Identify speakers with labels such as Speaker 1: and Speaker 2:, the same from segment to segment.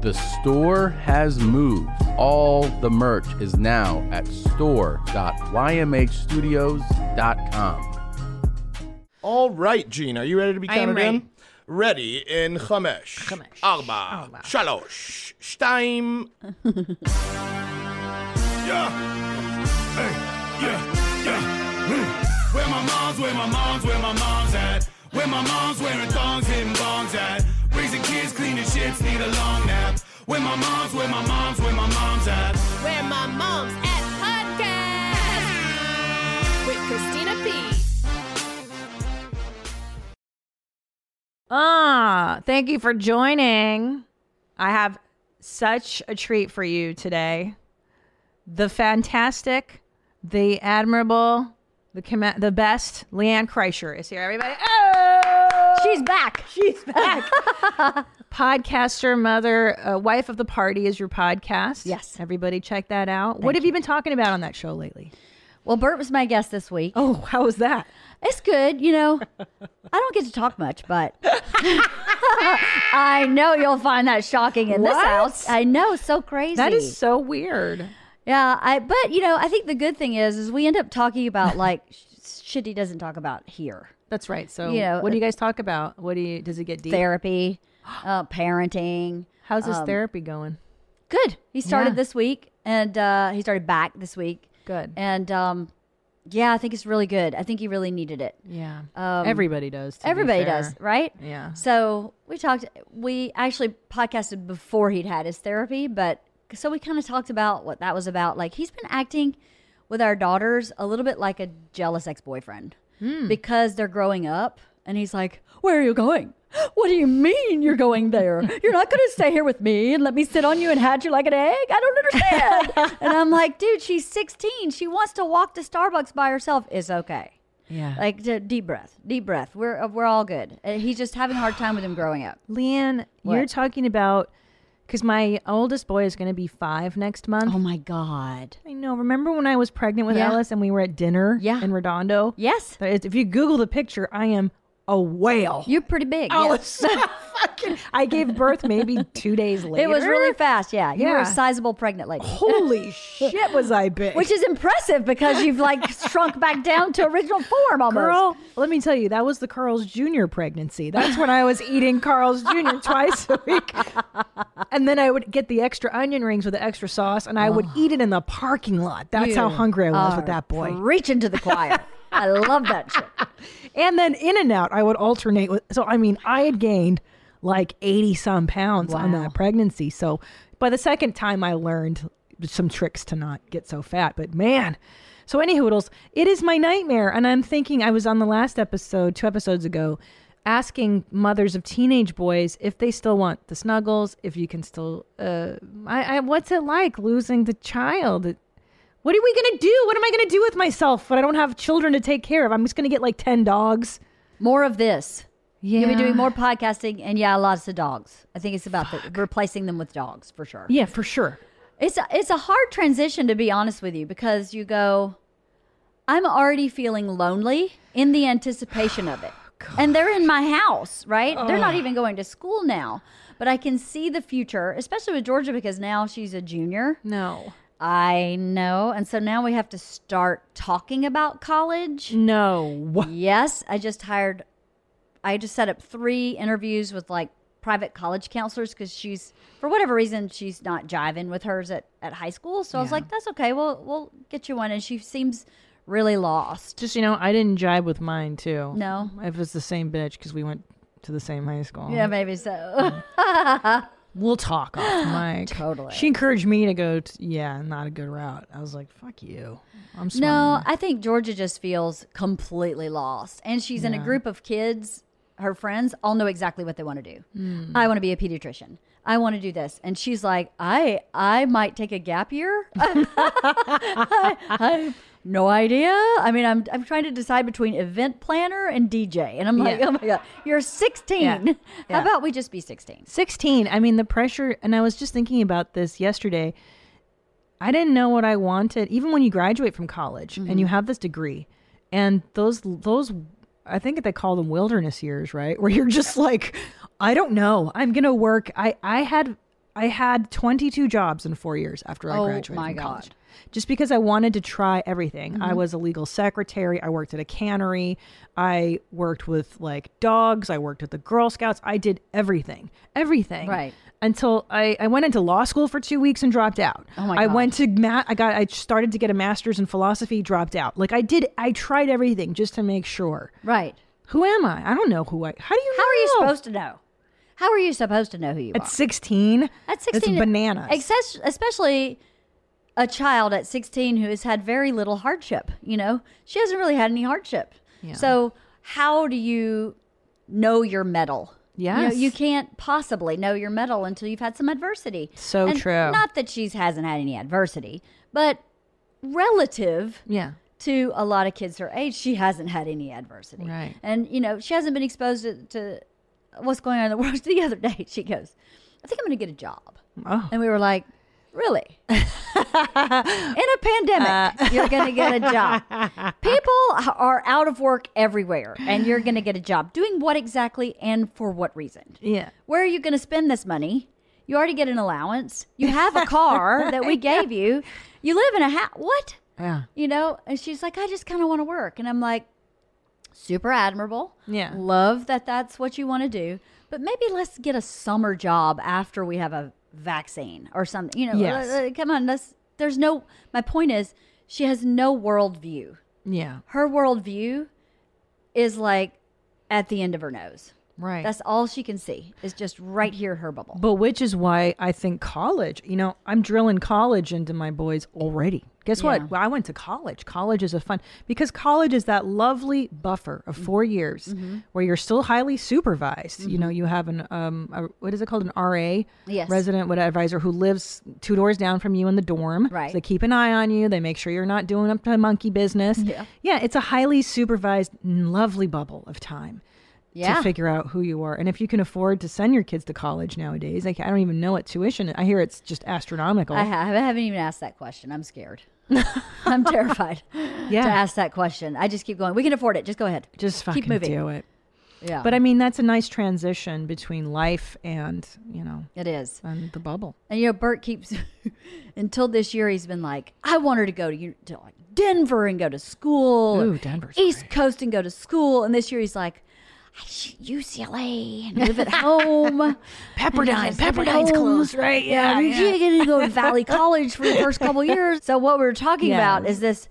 Speaker 1: The store has moved. All the merch is now at store.ymhstudios.com.
Speaker 2: All right, Gene, are you ready to be
Speaker 3: I am
Speaker 2: counted in? Ready in Chamesh.
Speaker 3: Chamesh.
Speaker 2: Arba.
Speaker 3: Arba.
Speaker 2: Shalosh. Shtaim.
Speaker 4: Yeah. Hey, yeah, yeah. Mm. Where my mom's, where my mom's, where my mom's at. Where my mom's wearing thongs, hitting bongs at. Raising kids, cleaning ships, need a long nap. Where my mom's, where my mom's, where my mom's at.
Speaker 5: Where My Mom's at Podcast with Christina P.
Speaker 3: Ah, thank you for joining. I have such a treat for you today. The fantastic, the admirable, the com- the best, Leanne Kreischer is here. Everybody, oh!
Speaker 6: She's back.
Speaker 3: she's back. Podcaster, mother, uh, wife of the party is your podcast.
Speaker 6: Yes.
Speaker 3: everybody, check that out. what have you been talking about on that show lately?
Speaker 6: Well, Bert was my guest this week.
Speaker 3: Oh, how was that?
Speaker 6: It's good, you know. I don't get to talk much, but I know you'll find that shocking in this
Speaker 3: What?
Speaker 6: house. I know, so crazy.
Speaker 3: That is so weird.
Speaker 6: yeah. I but you know, I think the good thing is, is we end up talking about like sh- shit he doesn't talk about here:
Speaker 3: That's right. So,
Speaker 6: You know,
Speaker 3: what do you guys talk about? What do you? Does it get deep? um,
Speaker 6: therapy, uh, parenting.
Speaker 3: How's this therapy going?
Speaker 6: Good. He started
Speaker 3: Yeah.
Speaker 6: this week, and uh, he started back this week.
Speaker 3: Good.
Speaker 6: And um, yeah, I think it's really good. I think he really needed it.
Speaker 3: Yeah.
Speaker 6: Um,
Speaker 3: Everybody does. to be
Speaker 6: Everybody
Speaker 3: fair.
Speaker 6: does, right?
Speaker 3: Yeah.
Speaker 6: So we talked. We actually podcasted before he'd had his therapy, but so we kind of talked about what that was about. Like he's been acting with our daughters a little bit like a jealous ex-boyfriend
Speaker 3: Hmm.
Speaker 6: because they're growing up, and he's like, "Where are you going?" What do you mean you're going there? You're not going to stay here with me and let me sit on you and hatch you like an egg? I don't understand. and I'm like, dude, she's 16. She wants to walk to Starbucks by herself. It's okay.
Speaker 3: Yeah.
Speaker 6: Like d- deep breath, deep breath. We're uh, we're all good. Uh, He's just having a hard time with him growing up.
Speaker 3: Leanne, you're
Speaker 6: What?
Speaker 3: talking about because my oldest boy is going to be five next month.
Speaker 6: Oh my god.
Speaker 3: I know. Remember when I was pregnant with
Speaker 6: Yeah.
Speaker 3: Alice and we were at dinner
Speaker 6: Yeah.
Speaker 3: in Redondo?
Speaker 6: Yes,
Speaker 3: That is- If you Google the picture, I am a whale.
Speaker 6: you're pretty big. yes.
Speaker 3: Alice. Fucking- I gave birth maybe two days later.
Speaker 6: It was really fast. Yeah, you were
Speaker 3: Yeah.
Speaker 6: a sizable pregnant lady,
Speaker 3: Holy shit, was I big.
Speaker 6: which is impressive because you've like shrunk back down to original form almost.
Speaker 3: Girl, let me tell you, that was the Carl's Jr. pregnancy. That's when I was eating Carl's Jr. twice a week. And then I would get the extra onion rings with the extra sauce and I would eat it in the parking lot. That's how
Speaker 6: You
Speaker 3: hungry I was
Speaker 6: are
Speaker 3: with that boy.
Speaker 6: preaching to the choir. I love that shit.
Speaker 3: and then In and Out, I would alternate with. So, I mean, I had gained like 80 some pounds on
Speaker 6: Wow.
Speaker 3: that pregnancy. So, by the second time, I learned some tricks to not get so fat. But man, so any hoodles, it is my nightmare. And I'm thinking, I was on the last episode, two episodes ago, asking mothers of teenage boys if they still want the snuggles, if you can still, uh, I, I, what's it like losing the child? What are we gonna do? What am I gonna do with myself when I don't have children to take care of? I'm just gonna get like ten dogs.
Speaker 6: More of this.
Speaker 3: Yeah,
Speaker 6: You'll be doing more podcasting and yeah, lots of dogs. I think it's about the, replacing them with dogs for sure.
Speaker 3: Yeah, for sure.
Speaker 6: It's a, it's a hard transition to be honest with you because you go, I'm already feeling lonely in the anticipation of it. and they're in my house, right? They're not even going to school now. But I can see the future, especially with Georgia because now she's a junior.
Speaker 3: No,
Speaker 6: I know. And so now we have to start talking about college.
Speaker 3: no.
Speaker 6: Yes, I just hired. I just set up three interviews with like private college counselors because she's for whatever reason she's not jiving with hers at, at high school. So I was like, that's okay. We'll we'll get you one, and she seems really lost.
Speaker 3: Just you know, I didn't jive with mine too.
Speaker 6: No.
Speaker 3: it was the same bitch because we went to the same high school.
Speaker 6: Yeah, maybe so.
Speaker 3: we'll talk off mic.
Speaker 6: Totally.
Speaker 3: She encouraged me to go. T- yeah, not a good route. I was like, fuck you. I'm smart.
Speaker 6: no, I think Georgia just feels completely lost, and she's in a group of kids. Her friends all know exactly what they want to do.
Speaker 3: Hmm.
Speaker 6: I want to be a pediatrician. I want to do this, and she's like, I I might take a gap year. no idea. I mean, I'm I'm trying to decide between event planner and DJ, and I'm like,
Speaker 3: Yeah.
Speaker 6: oh my god, you're 16.
Speaker 3: Yeah. Yeah.
Speaker 6: How about we just be 16?
Speaker 3: 16. I mean, the pressure, and I was just thinking about this yesterday. I didn't know what I wanted, even when you graduate from college and
Speaker 6: Mm-hmm.
Speaker 3: you have this degree, and those those I think they call them wilderness years, right? Where you're just like, I don't know. I'm gonna work. I I had I had 22 jobs in four years after I
Speaker 6: Oh,
Speaker 3: graduated
Speaker 6: my
Speaker 3: from college.
Speaker 6: God.
Speaker 3: Just because I wanted to try everything. I
Speaker 6: Mm-hmm.
Speaker 3: was a legal secretary. I worked at a cannery. I worked with like dogs. I worked with the Girl Scouts. I did everything, everything.
Speaker 6: Right.
Speaker 3: Until I, I went into law school for two weeks and dropped out.
Speaker 6: Oh, my
Speaker 3: I
Speaker 6: God.
Speaker 3: went to mat. I got. I started to get a master's in philosophy. Dropped out. Like I did. I tried everything just to make sure.
Speaker 6: Right.
Speaker 3: Who am I? I don't know who I. How do you?
Speaker 6: How
Speaker 3: know?
Speaker 6: are you supposed to know? How are you supposed to know who you
Speaker 3: At
Speaker 6: are?
Speaker 3: 16.
Speaker 6: At 16,
Speaker 3: It's bananas.
Speaker 6: Exces- especially a child at 16 who has had very little hardship. You know, she hasn't really had any hardship. So, how do you know your metal? You, know,
Speaker 3: Yes.
Speaker 6: you can't possibly know your metal until you've had some adversity.
Speaker 3: So
Speaker 6: And
Speaker 3: true.
Speaker 6: Not that she's hasn't had any adversity, but relative
Speaker 3: yeah.
Speaker 6: to a lot of kids her age, she hasn't had any adversity.
Speaker 3: Right.
Speaker 6: And, you know, she hasn't been exposed to, to what's going on in the world. The other day, she goes, I think I'm going to get a job.
Speaker 3: Oh.
Speaker 6: And we were like, Really? in a pandemic, you're going to get a job. People are out of work everywhere, and you're going to get a job. Doing what exactly and for what reason?
Speaker 3: Yeah.
Speaker 6: where are you going to spend this money? You already get an allowance. You have a car that we gave you. You live in a house. What?
Speaker 3: Yeah.
Speaker 6: You know? And she's like, I just kind of want to work. And I'm like, super admirable.
Speaker 3: Yeah.
Speaker 6: Love that that's what you want to do. But maybe let's get a summer job after we have a vaccine or something. You know,
Speaker 3: Yes.
Speaker 6: uh, uh, come on. Let's, there's no, my point is, she has no worldview.
Speaker 3: Yeah.
Speaker 6: Her worldview is like at the end of her nose.
Speaker 3: Right.
Speaker 6: That's all she can see is just right here her bubble.
Speaker 3: but which is why I think college, you know, I'm drilling college into my boys already. Guess
Speaker 6: Yeah.
Speaker 3: what? Well, I went to college. College is a fun because college is that lovely buffer of
Speaker 6: Mm-hmm.
Speaker 3: 4 years where you're still highly supervised. You know, you have an um a, what is it called an RA,
Speaker 6: Mm-hmm. Yes.
Speaker 3: resident what advisor who lives two doors down from you in the dorm.
Speaker 6: Right.
Speaker 3: So they keep an eye on you. They make sure you're not doing up to monkey business.
Speaker 6: Yeah.
Speaker 3: Yeah, it's a highly supervised lovely bubble of time.
Speaker 6: yeah.
Speaker 3: to figure out who you are. And if you can afford to send your kids to college nowadays, like I don't even know what tuition. I hear it's just astronomical.
Speaker 6: I, ha- I haven't even asked that question. I'm scared. I'm terrified
Speaker 3: yeah,
Speaker 6: to ask that question. I just keep going. We can afford it. Just go ahead.
Speaker 3: just fucking
Speaker 6: keep moving. Um,
Speaker 3: do it.
Speaker 6: Yeah.
Speaker 3: But I mean, that's a nice transition between life and you know
Speaker 6: it is.
Speaker 3: and the bubble.
Speaker 6: And you know, Bert keeps until this year he's been like, I want her to go to, u- to like Denver and go to school,
Speaker 3: Ooh,
Speaker 6: or
Speaker 3: Denver's
Speaker 6: East Coast and go to school. And this year he's like, I shoot UCLA and live at home.
Speaker 3: Pepperdine,
Speaker 6: Pepperdine's closed,
Speaker 3: right?
Speaker 6: Yeah, you can't get to go to Valley College for the first couple years. So what we're talking
Speaker 3: Yes.
Speaker 6: about is this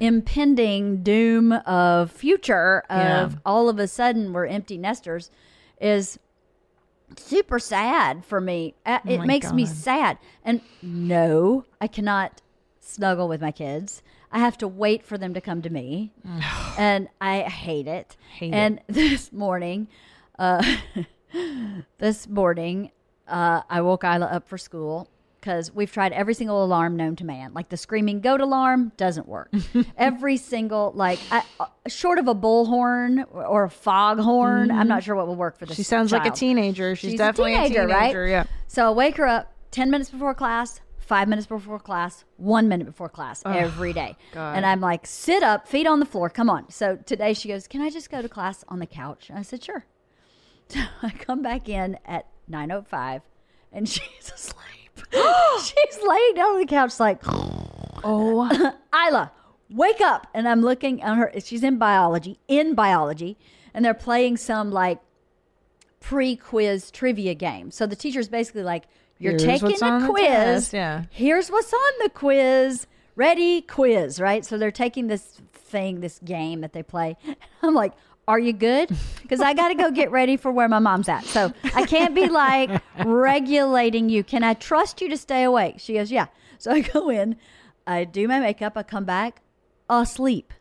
Speaker 6: impending doom of future of
Speaker 3: Yeah.
Speaker 6: all of a sudden we're empty nesters is super sad for me. Uh, It
Speaker 3: Oh my
Speaker 6: makes me
Speaker 3: God.
Speaker 6: sad. And no, I cannot snuggle with my kids. I have to wait for them to come to me. and I hate it.
Speaker 3: Hate it.
Speaker 6: and this morning, this morning, uh, I woke Isla up for school because we've tried every single alarm known to man. Like the screaming goat alarm doesn't work. every single, like, I, uh, short of a bullhorn or, or a foghorn, I'm not sure what will work for this.
Speaker 3: Mm-hmm. She sounds like a
Speaker 6: child.
Speaker 3: teenager. She's, definitely a teenager.
Speaker 6: right?
Speaker 3: Yeah.
Speaker 6: So I wake her up 10 minutes before class, five minutes before class, one minute before class every day.
Speaker 3: God.
Speaker 6: And I'm like, sit up, feet on the floor, come on. So today she goes, Can I just go to class on the couch? And I said, Sure. So I come back in at 9.05 and she's asleep. she's laying down on the couch like,
Speaker 3: Oh,
Speaker 6: Isla, wake up. And I'm looking at her. She's in biology, in biology, and they're playing some like pre quiz trivia game. So the teacher's basically like, You're
Speaker 3: Here's
Speaker 6: taking
Speaker 3: what's on
Speaker 6: a
Speaker 3: the
Speaker 6: quiz.
Speaker 3: test, yeah.
Speaker 6: Here's what's on the quiz. Ready, quiz, right? So they're taking this thing, this game that they play. I'm like, are you good? Because I got to go get ready for where my mom's at. So I can't be like regulating you. Can I trust you to stay awake? She goes, yeah. So I go in, I do my makeup, I come back asleep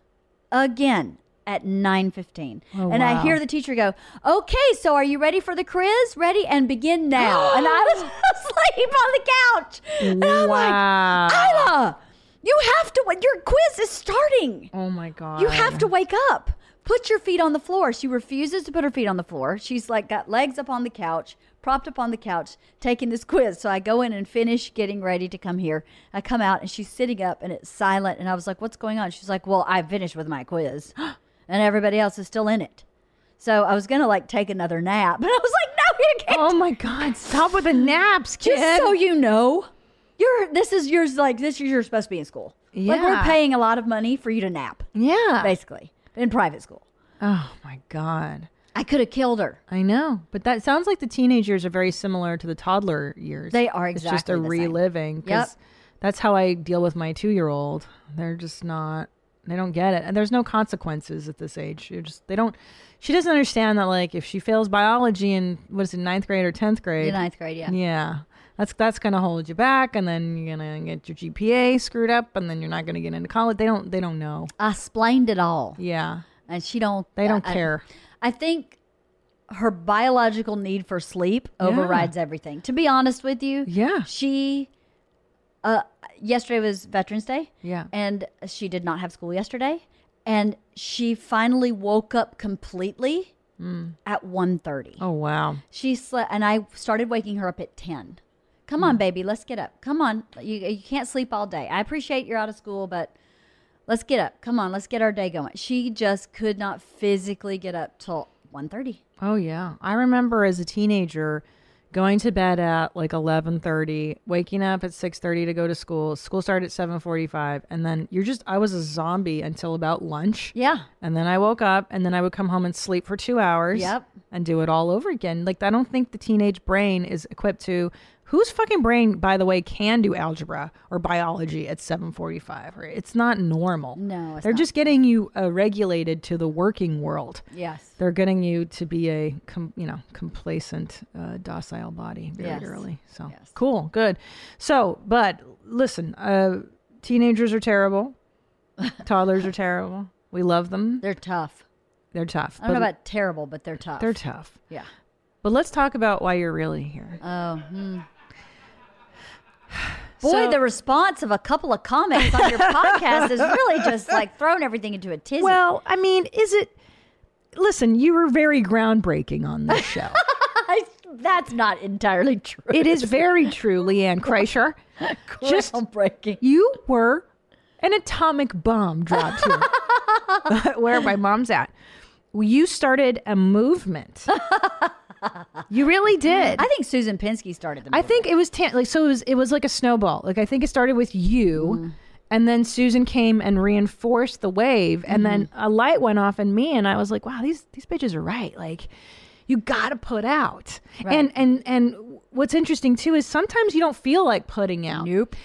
Speaker 6: again at 9.15 and i
Speaker 3: Oh, wow.
Speaker 6: hear the teacher go okay so are you ready for the quiz ready and begin now and i was asleep on the couch and i'm
Speaker 3: Wow.
Speaker 6: like isla you have to wait your quiz is starting
Speaker 3: oh my God.
Speaker 6: you have to wake up. Put your feet on the floor. She refuses to put her feet on the floor. She's like got legs up on the couch, propped up on the couch, taking this quiz. So I go in and finish getting ready to come here. I come out and she's sitting up and it's silent. And I was like, What's going on? She's like, Well, I finished with my quiz and everybody else is still in it. So I was going to like take another nap. But I was like, No, communicate.
Speaker 3: Oh my God! Stop with the naps, kid.
Speaker 6: Just so you know, you're this is yours. Like this is you're supposed to be in school. Like we're
Speaker 3: Yeah. Ah.
Speaker 6: paying a lot of money for you to nap,
Speaker 3: yeah.
Speaker 6: basically in private school.
Speaker 3: oh my God.
Speaker 6: I could have killed her.
Speaker 3: I know, but that sounds like the teenage years are very similar to the toddler years.
Speaker 6: They are
Speaker 3: It's just
Speaker 6: exactly
Speaker 3: a
Speaker 6: the same.
Speaker 3: reliving. 'cause
Speaker 6: Yep.
Speaker 3: That's how I deal with my two-year-old. They're just not. They don't get it, and there's no consequences at this age. You're just they don't. She doesn't understand that like if she fails biology in what is it ninth grade or tenth grade?
Speaker 6: In ninth grade, yeah.
Speaker 3: Yeah. That's that's gonna hold you back, and then you're gonna get your GPA screwed up, and then you're not gonna get into college. They don't they don't know.
Speaker 6: I explained it all,
Speaker 3: Yeah,
Speaker 6: and she don't.
Speaker 3: they don't
Speaker 6: I- I-
Speaker 3: care.
Speaker 6: I think her biological need for sleep overrides everything. To be honest with you,
Speaker 3: Yeah.
Speaker 6: she. Uh, yesterday was Veterans Day.
Speaker 3: Yeah.
Speaker 6: and she did not have school yesterday, and she finally woke up completely
Speaker 3: Mm.
Speaker 6: at 1.30.
Speaker 3: Oh wow.
Speaker 6: She slept, and I started waking her up at ten. Come
Speaker 3: Mm.
Speaker 6: on, baby, let's get up. Come on, you you can't sleep all day. I appreciate you're out of school, but let's get up. Come on, let's get our day going. She just could not physically get up till 1.30.
Speaker 3: Oh yeah. I remember as a teenager going to bed at like 11:30, waking up at 6:30 to go to school. School started at 7:45 and then you're just I was a zombie until about lunch.
Speaker 6: Yeah,
Speaker 3: And then I woke up and then I would come home and sleep for 2 hours
Speaker 6: Yep.
Speaker 3: and do it all over again. Like I don't think the teenage brain is equipped to Whose fucking brain, by the way, can do algebra or biology at 7:45? Right? It's not normal.
Speaker 6: No, it's
Speaker 3: they're
Speaker 6: not.
Speaker 3: just getting you uh, regulated to the working world
Speaker 6: yes.
Speaker 3: they're getting you to be a com, you know complacent uh, docile body very
Speaker 6: Yes.
Speaker 3: early so
Speaker 6: Yes.
Speaker 3: cool good so but listen uh, teenagers are terrible toddlers are terrible we love them
Speaker 6: They're tough.
Speaker 3: they're tough
Speaker 6: I don't
Speaker 3: but
Speaker 6: know about terrible, but they're tough.
Speaker 3: they're tough
Speaker 6: yeah.
Speaker 3: but let's talk about why you're really here
Speaker 6: Oh. hmm. Boy,
Speaker 3: So-
Speaker 6: the response of a couple of comments on your podcast is really just like throwing everything into a tizzy.
Speaker 3: well i mean is it listen you were very groundbreaking on this show
Speaker 6: That's not entirely true.
Speaker 3: it is very true leanne kreischer just
Speaker 6: breaking.
Speaker 3: You were an atomic bomb dropped here. Where my mom's at. You started a movement. you really did.
Speaker 6: I think Susan Pinsky started the.
Speaker 3: I
Speaker 6: movement.
Speaker 3: think it was tan- like so. It was it was like a snowball. Like I think it started with you, and then Susan came and reinforced the wave, and then a light went off in me, and I was like, "Wow, these these bitches are right." Like, you got to put out. And and and what's interesting too is sometimes you don't feel like putting out. Nope.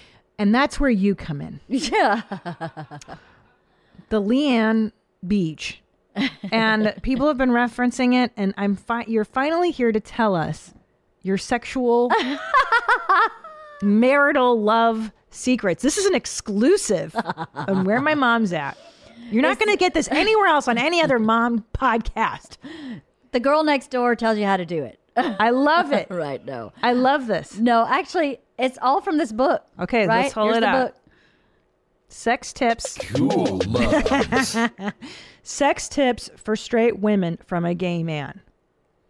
Speaker 3: And that's where you come in.
Speaker 6: yeah,
Speaker 3: The Leanne Beach. and people have been referencing it, and I'm fi- you're finally here to tell us your sexual marital love secrets. This is an exclusive on where my mom's at. You're not going to get this anywhere else on any other mom podcast.
Speaker 6: the girl next door tells you how to do it.
Speaker 3: I love it.
Speaker 6: right? No,
Speaker 3: I love this.
Speaker 6: no. Actually, it's all from this book.
Speaker 3: Okay,
Speaker 6: right?
Speaker 3: let's hold
Speaker 6: Here's
Speaker 3: it
Speaker 6: the
Speaker 3: up.
Speaker 6: book.
Speaker 3: Sex tips,
Speaker 1: Cool love.
Speaker 3: sex tips for straight women from a gay man.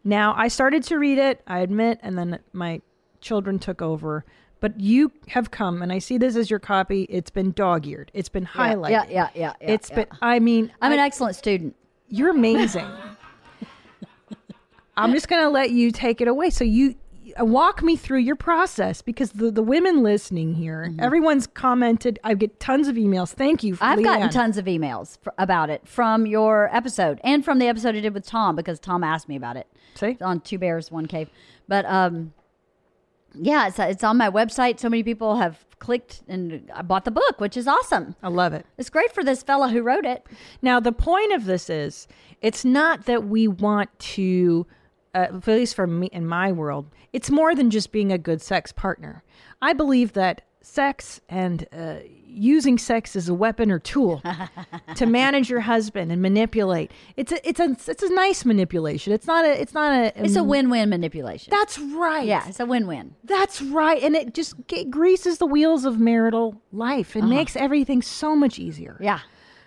Speaker 3: Now, I started to read it, I admit, and then my children took over. But you have come, and I see this as your copy. It's been dog eared, it's been highlighted.
Speaker 6: Yeah, yeah, yeah. yeah
Speaker 3: It's
Speaker 6: yeah.
Speaker 3: been, I mean,
Speaker 6: I'm an excellent student.
Speaker 3: you're amazing. I'm just going to let you take it away. So you uh, walk me through your process because the, the women listening here,
Speaker 6: Mm-hmm.
Speaker 3: everyone's commented. I get tons of emails. Thank you.
Speaker 6: I've gotten
Speaker 3: Leanne.
Speaker 6: tons of emails fr- about it from your episode and from the episode I did with Tom because Tom asked me about it.
Speaker 3: See?
Speaker 6: on Two Bears, One Cave. But um, yeah, it's, it's on my website. So many people have clicked and I bought the book, which is awesome.
Speaker 3: I love it.
Speaker 6: It's great for this fella who wrote it.
Speaker 3: Now, the point of this is it's not that we want to, uh, at least for me in my world, it's more than just being a good sex partner. I believe that sex and uh, using sex as a weapon or tool to manage your husband and manipulate it's a it's a it's a nice manipulation it's not a it's not a
Speaker 6: It's a win-win manipulation.
Speaker 3: that's right
Speaker 6: yeah, it's a win-win.
Speaker 3: that's right and it just g- greases the wheels of marital life
Speaker 6: Uh-huh.
Speaker 3: it makes everything so much easier
Speaker 6: Yeah.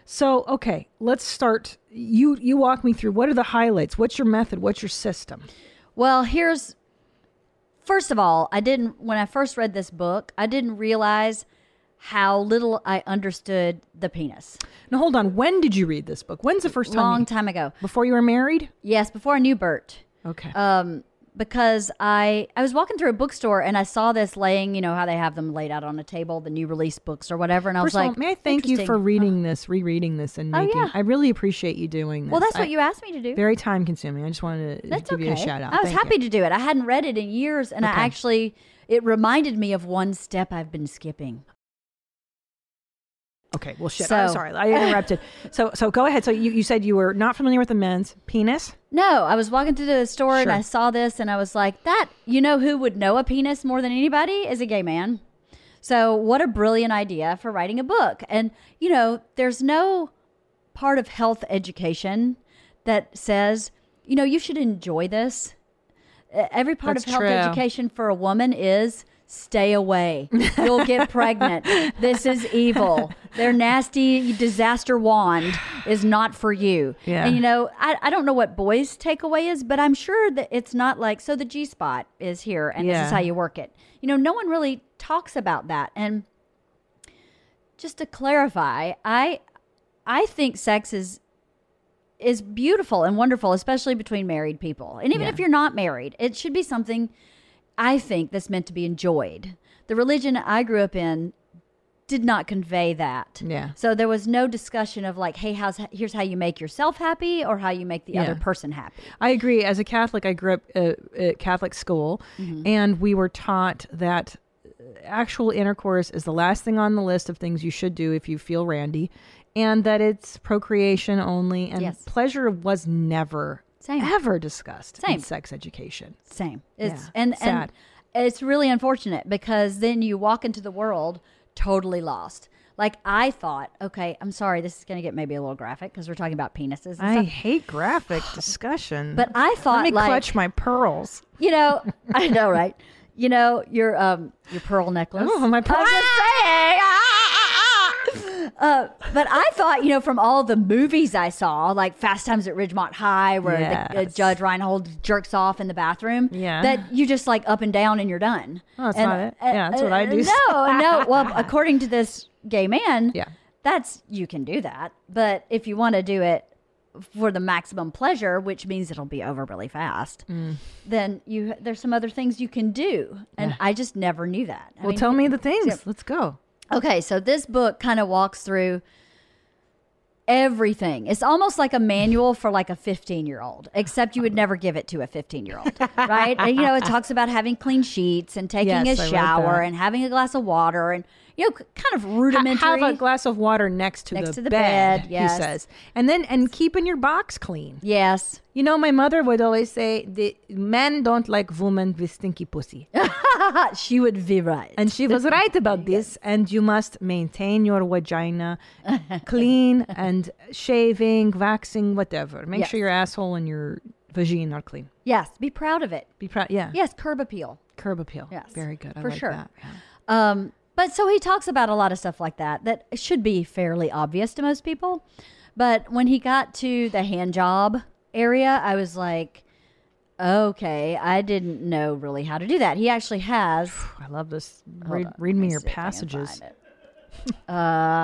Speaker 3: so okay, let's start. You you walk me through. What are the highlights? What's your method? What's your system?
Speaker 6: Well, here's first of all, I didn't when I first read this book, I didn't realize how little I understood the penis.
Speaker 3: Now hold on. When did you read this book? When's the first time?
Speaker 6: Long
Speaker 3: you- Uh,
Speaker 6: time ago.
Speaker 3: Before you were married.
Speaker 6: Yes, before I knew Bert.
Speaker 3: Okay.
Speaker 6: Um, because I I was walking through a bookstore and I saw this laying, you know, how they have them laid out on a table, the new release books or whatever, and I
Speaker 3: First
Speaker 6: was
Speaker 3: of
Speaker 6: like,
Speaker 3: all, may I thank you for
Speaker 6: "Interesting." Uh-huh.
Speaker 3: reading this, rereading this, and
Speaker 6: Oh,
Speaker 3: making.
Speaker 6: yeah.
Speaker 3: I really appreciate you doing this.
Speaker 6: Uh-huh. Well, that's
Speaker 3: I-
Speaker 6: what you asked me to do.
Speaker 3: Very time consuming. I just wanted to
Speaker 6: That's
Speaker 3: give
Speaker 6: okay.
Speaker 3: you a shout out.
Speaker 6: I was
Speaker 3: Thank
Speaker 6: happy
Speaker 3: you.
Speaker 6: to do it. I hadn't read it in years, and I actually it reminded me of one step I've been skipping.
Speaker 3: Okay, well, shit. I'm
Speaker 6: So-
Speaker 3: sorry, I interrupted. so, so go ahead. So you, you said you were not familiar with the men's penis.
Speaker 6: No, I was walking through the store and
Speaker 3: Sure.
Speaker 6: I saw this, and I was like, "That you know who would know a penis more than anybody is a gay man." So what a brilliant idea for writing a book. And you know, there's no part of health education that says, you know, you should enjoy this. Uh, Every part
Speaker 3: That's
Speaker 6: of health
Speaker 3: true.
Speaker 6: education for a woman is stay away. You'll get pregnant. This is evil. Their nasty disaster wand is not for you.
Speaker 3: Yeah.
Speaker 6: And you know, I, I don't know what boys' takeaway is, but I'm sure that it's not like, so the G spot is here and this
Speaker 3: Yeah.
Speaker 6: is how you work it. You know, no one really talks about that. And just to clarify, I I think sex is is beautiful and wonderful, especially between married people. And even
Speaker 3: Yeah.
Speaker 6: if you're not married, it should be something I think that's meant to be enjoyed. The religion I grew up in did not convey that.
Speaker 3: Yeah.
Speaker 6: So there was no discussion of like, hey, how's here's how you make yourself happy or how you make the
Speaker 3: Yeah.
Speaker 6: other person happy.
Speaker 3: I agree. As a Catholic, I grew up uh, at Catholic school,
Speaker 6: Mm-hmm.
Speaker 3: and we were taught that uh, actual intercourse is the last thing on the list of things you should do if you feel randy, and that it's procreation only, and
Speaker 6: Yes.
Speaker 3: pleasure was never
Speaker 6: Same.
Speaker 3: ever discussed
Speaker 6: Same.
Speaker 3: in sex education.
Speaker 6: Same. It's
Speaker 3: Yeah.
Speaker 6: and
Speaker 3: Sad.
Speaker 6: and it's really unfortunate because then you walk into the world totally lost. Like I thought, okay, I'm sorry, this is going to get maybe a little graphic because we're talking about penises. And
Speaker 3: I
Speaker 6: stuff.
Speaker 3: hate graphic discussion,
Speaker 6: But I
Speaker 3: let
Speaker 6: thought
Speaker 3: me
Speaker 6: like
Speaker 3: clutch my pearls.
Speaker 6: you know, I know, right? You know, your um your pearl necklace.
Speaker 3: Oh, my pearl-
Speaker 6: I'm just saying. Ah, ah, ah. Uh, but I thought, you know, from all the movies I saw, like Fast Times at Ridgemont High, where the, uh,
Speaker 3: Yes.
Speaker 6: Judge Reinhold jerks off in the bathroom,
Speaker 3: Yeah.
Speaker 6: that you just like up and down and you're done.
Speaker 3: Oh, that's
Speaker 6: And,
Speaker 3: not it.
Speaker 6: uh,
Speaker 3: Yeah, that's what I
Speaker 6: uh,
Speaker 3: do.
Speaker 6: No, no. Well, according to this gay man,
Speaker 3: Yeah.
Speaker 6: that's you can do that. But if you want to do it for the maximum pleasure, which means it'll be over really fast,
Speaker 3: Mm.
Speaker 6: then you there's some other things you can do, and I just never knew that. I
Speaker 3: Well,
Speaker 6: mean,
Speaker 3: tell me the things.
Speaker 6: yeah.
Speaker 3: Let's go.
Speaker 6: Okay, so this book kind of walks through everything. It's almost like a manual for like a 15-year-old, except you would never give it to a 15-year-old, right? And, you know, it talks about having clean sheets and taking
Speaker 3: Yes, I read
Speaker 6: a shower
Speaker 3: that.
Speaker 6: and having a glass of water and you know, c- kind of rudimentary.
Speaker 3: Ha- have a glass of water next to
Speaker 6: Next
Speaker 3: the
Speaker 6: to the
Speaker 3: bed,
Speaker 6: bed,
Speaker 3: he
Speaker 6: yes.
Speaker 3: says and then and keeping your box clean
Speaker 6: yes.
Speaker 3: you know my mother would always say the men don't like women with stinky pussy
Speaker 6: Uh, she would be right.
Speaker 3: and she was right about this and you must maintain your vagina clean and shaving waxing whatever make
Speaker 6: Yes.
Speaker 3: sure your asshole and your vagina are clean
Speaker 6: yes, be proud of it.
Speaker 3: be proud yeah
Speaker 6: Yes, curb appeal.
Speaker 3: curb appeal
Speaker 6: Yes,
Speaker 3: very good I
Speaker 6: for
Speaker 3: like
Speaker 6: sure.
Speaker 3: that. Yeah.
Speaker 6: Um, but so he talks about a lot of stuff like that that should be fairly obvious to most people. But when he got to the hand job area, I was like, okay, I didn't know really how to do that. He actually has.
Speaker 3: I love this
Speaker 6: Hold
Speaker 3: read,
Speaker 6: on,
Speaker 3: read
Speaker 6: let
Speaker 3: me
Speaker 6: see
Speaker 3: your
Speaker 6: if I can
Speaker 3: passages
Speaker 6: find it.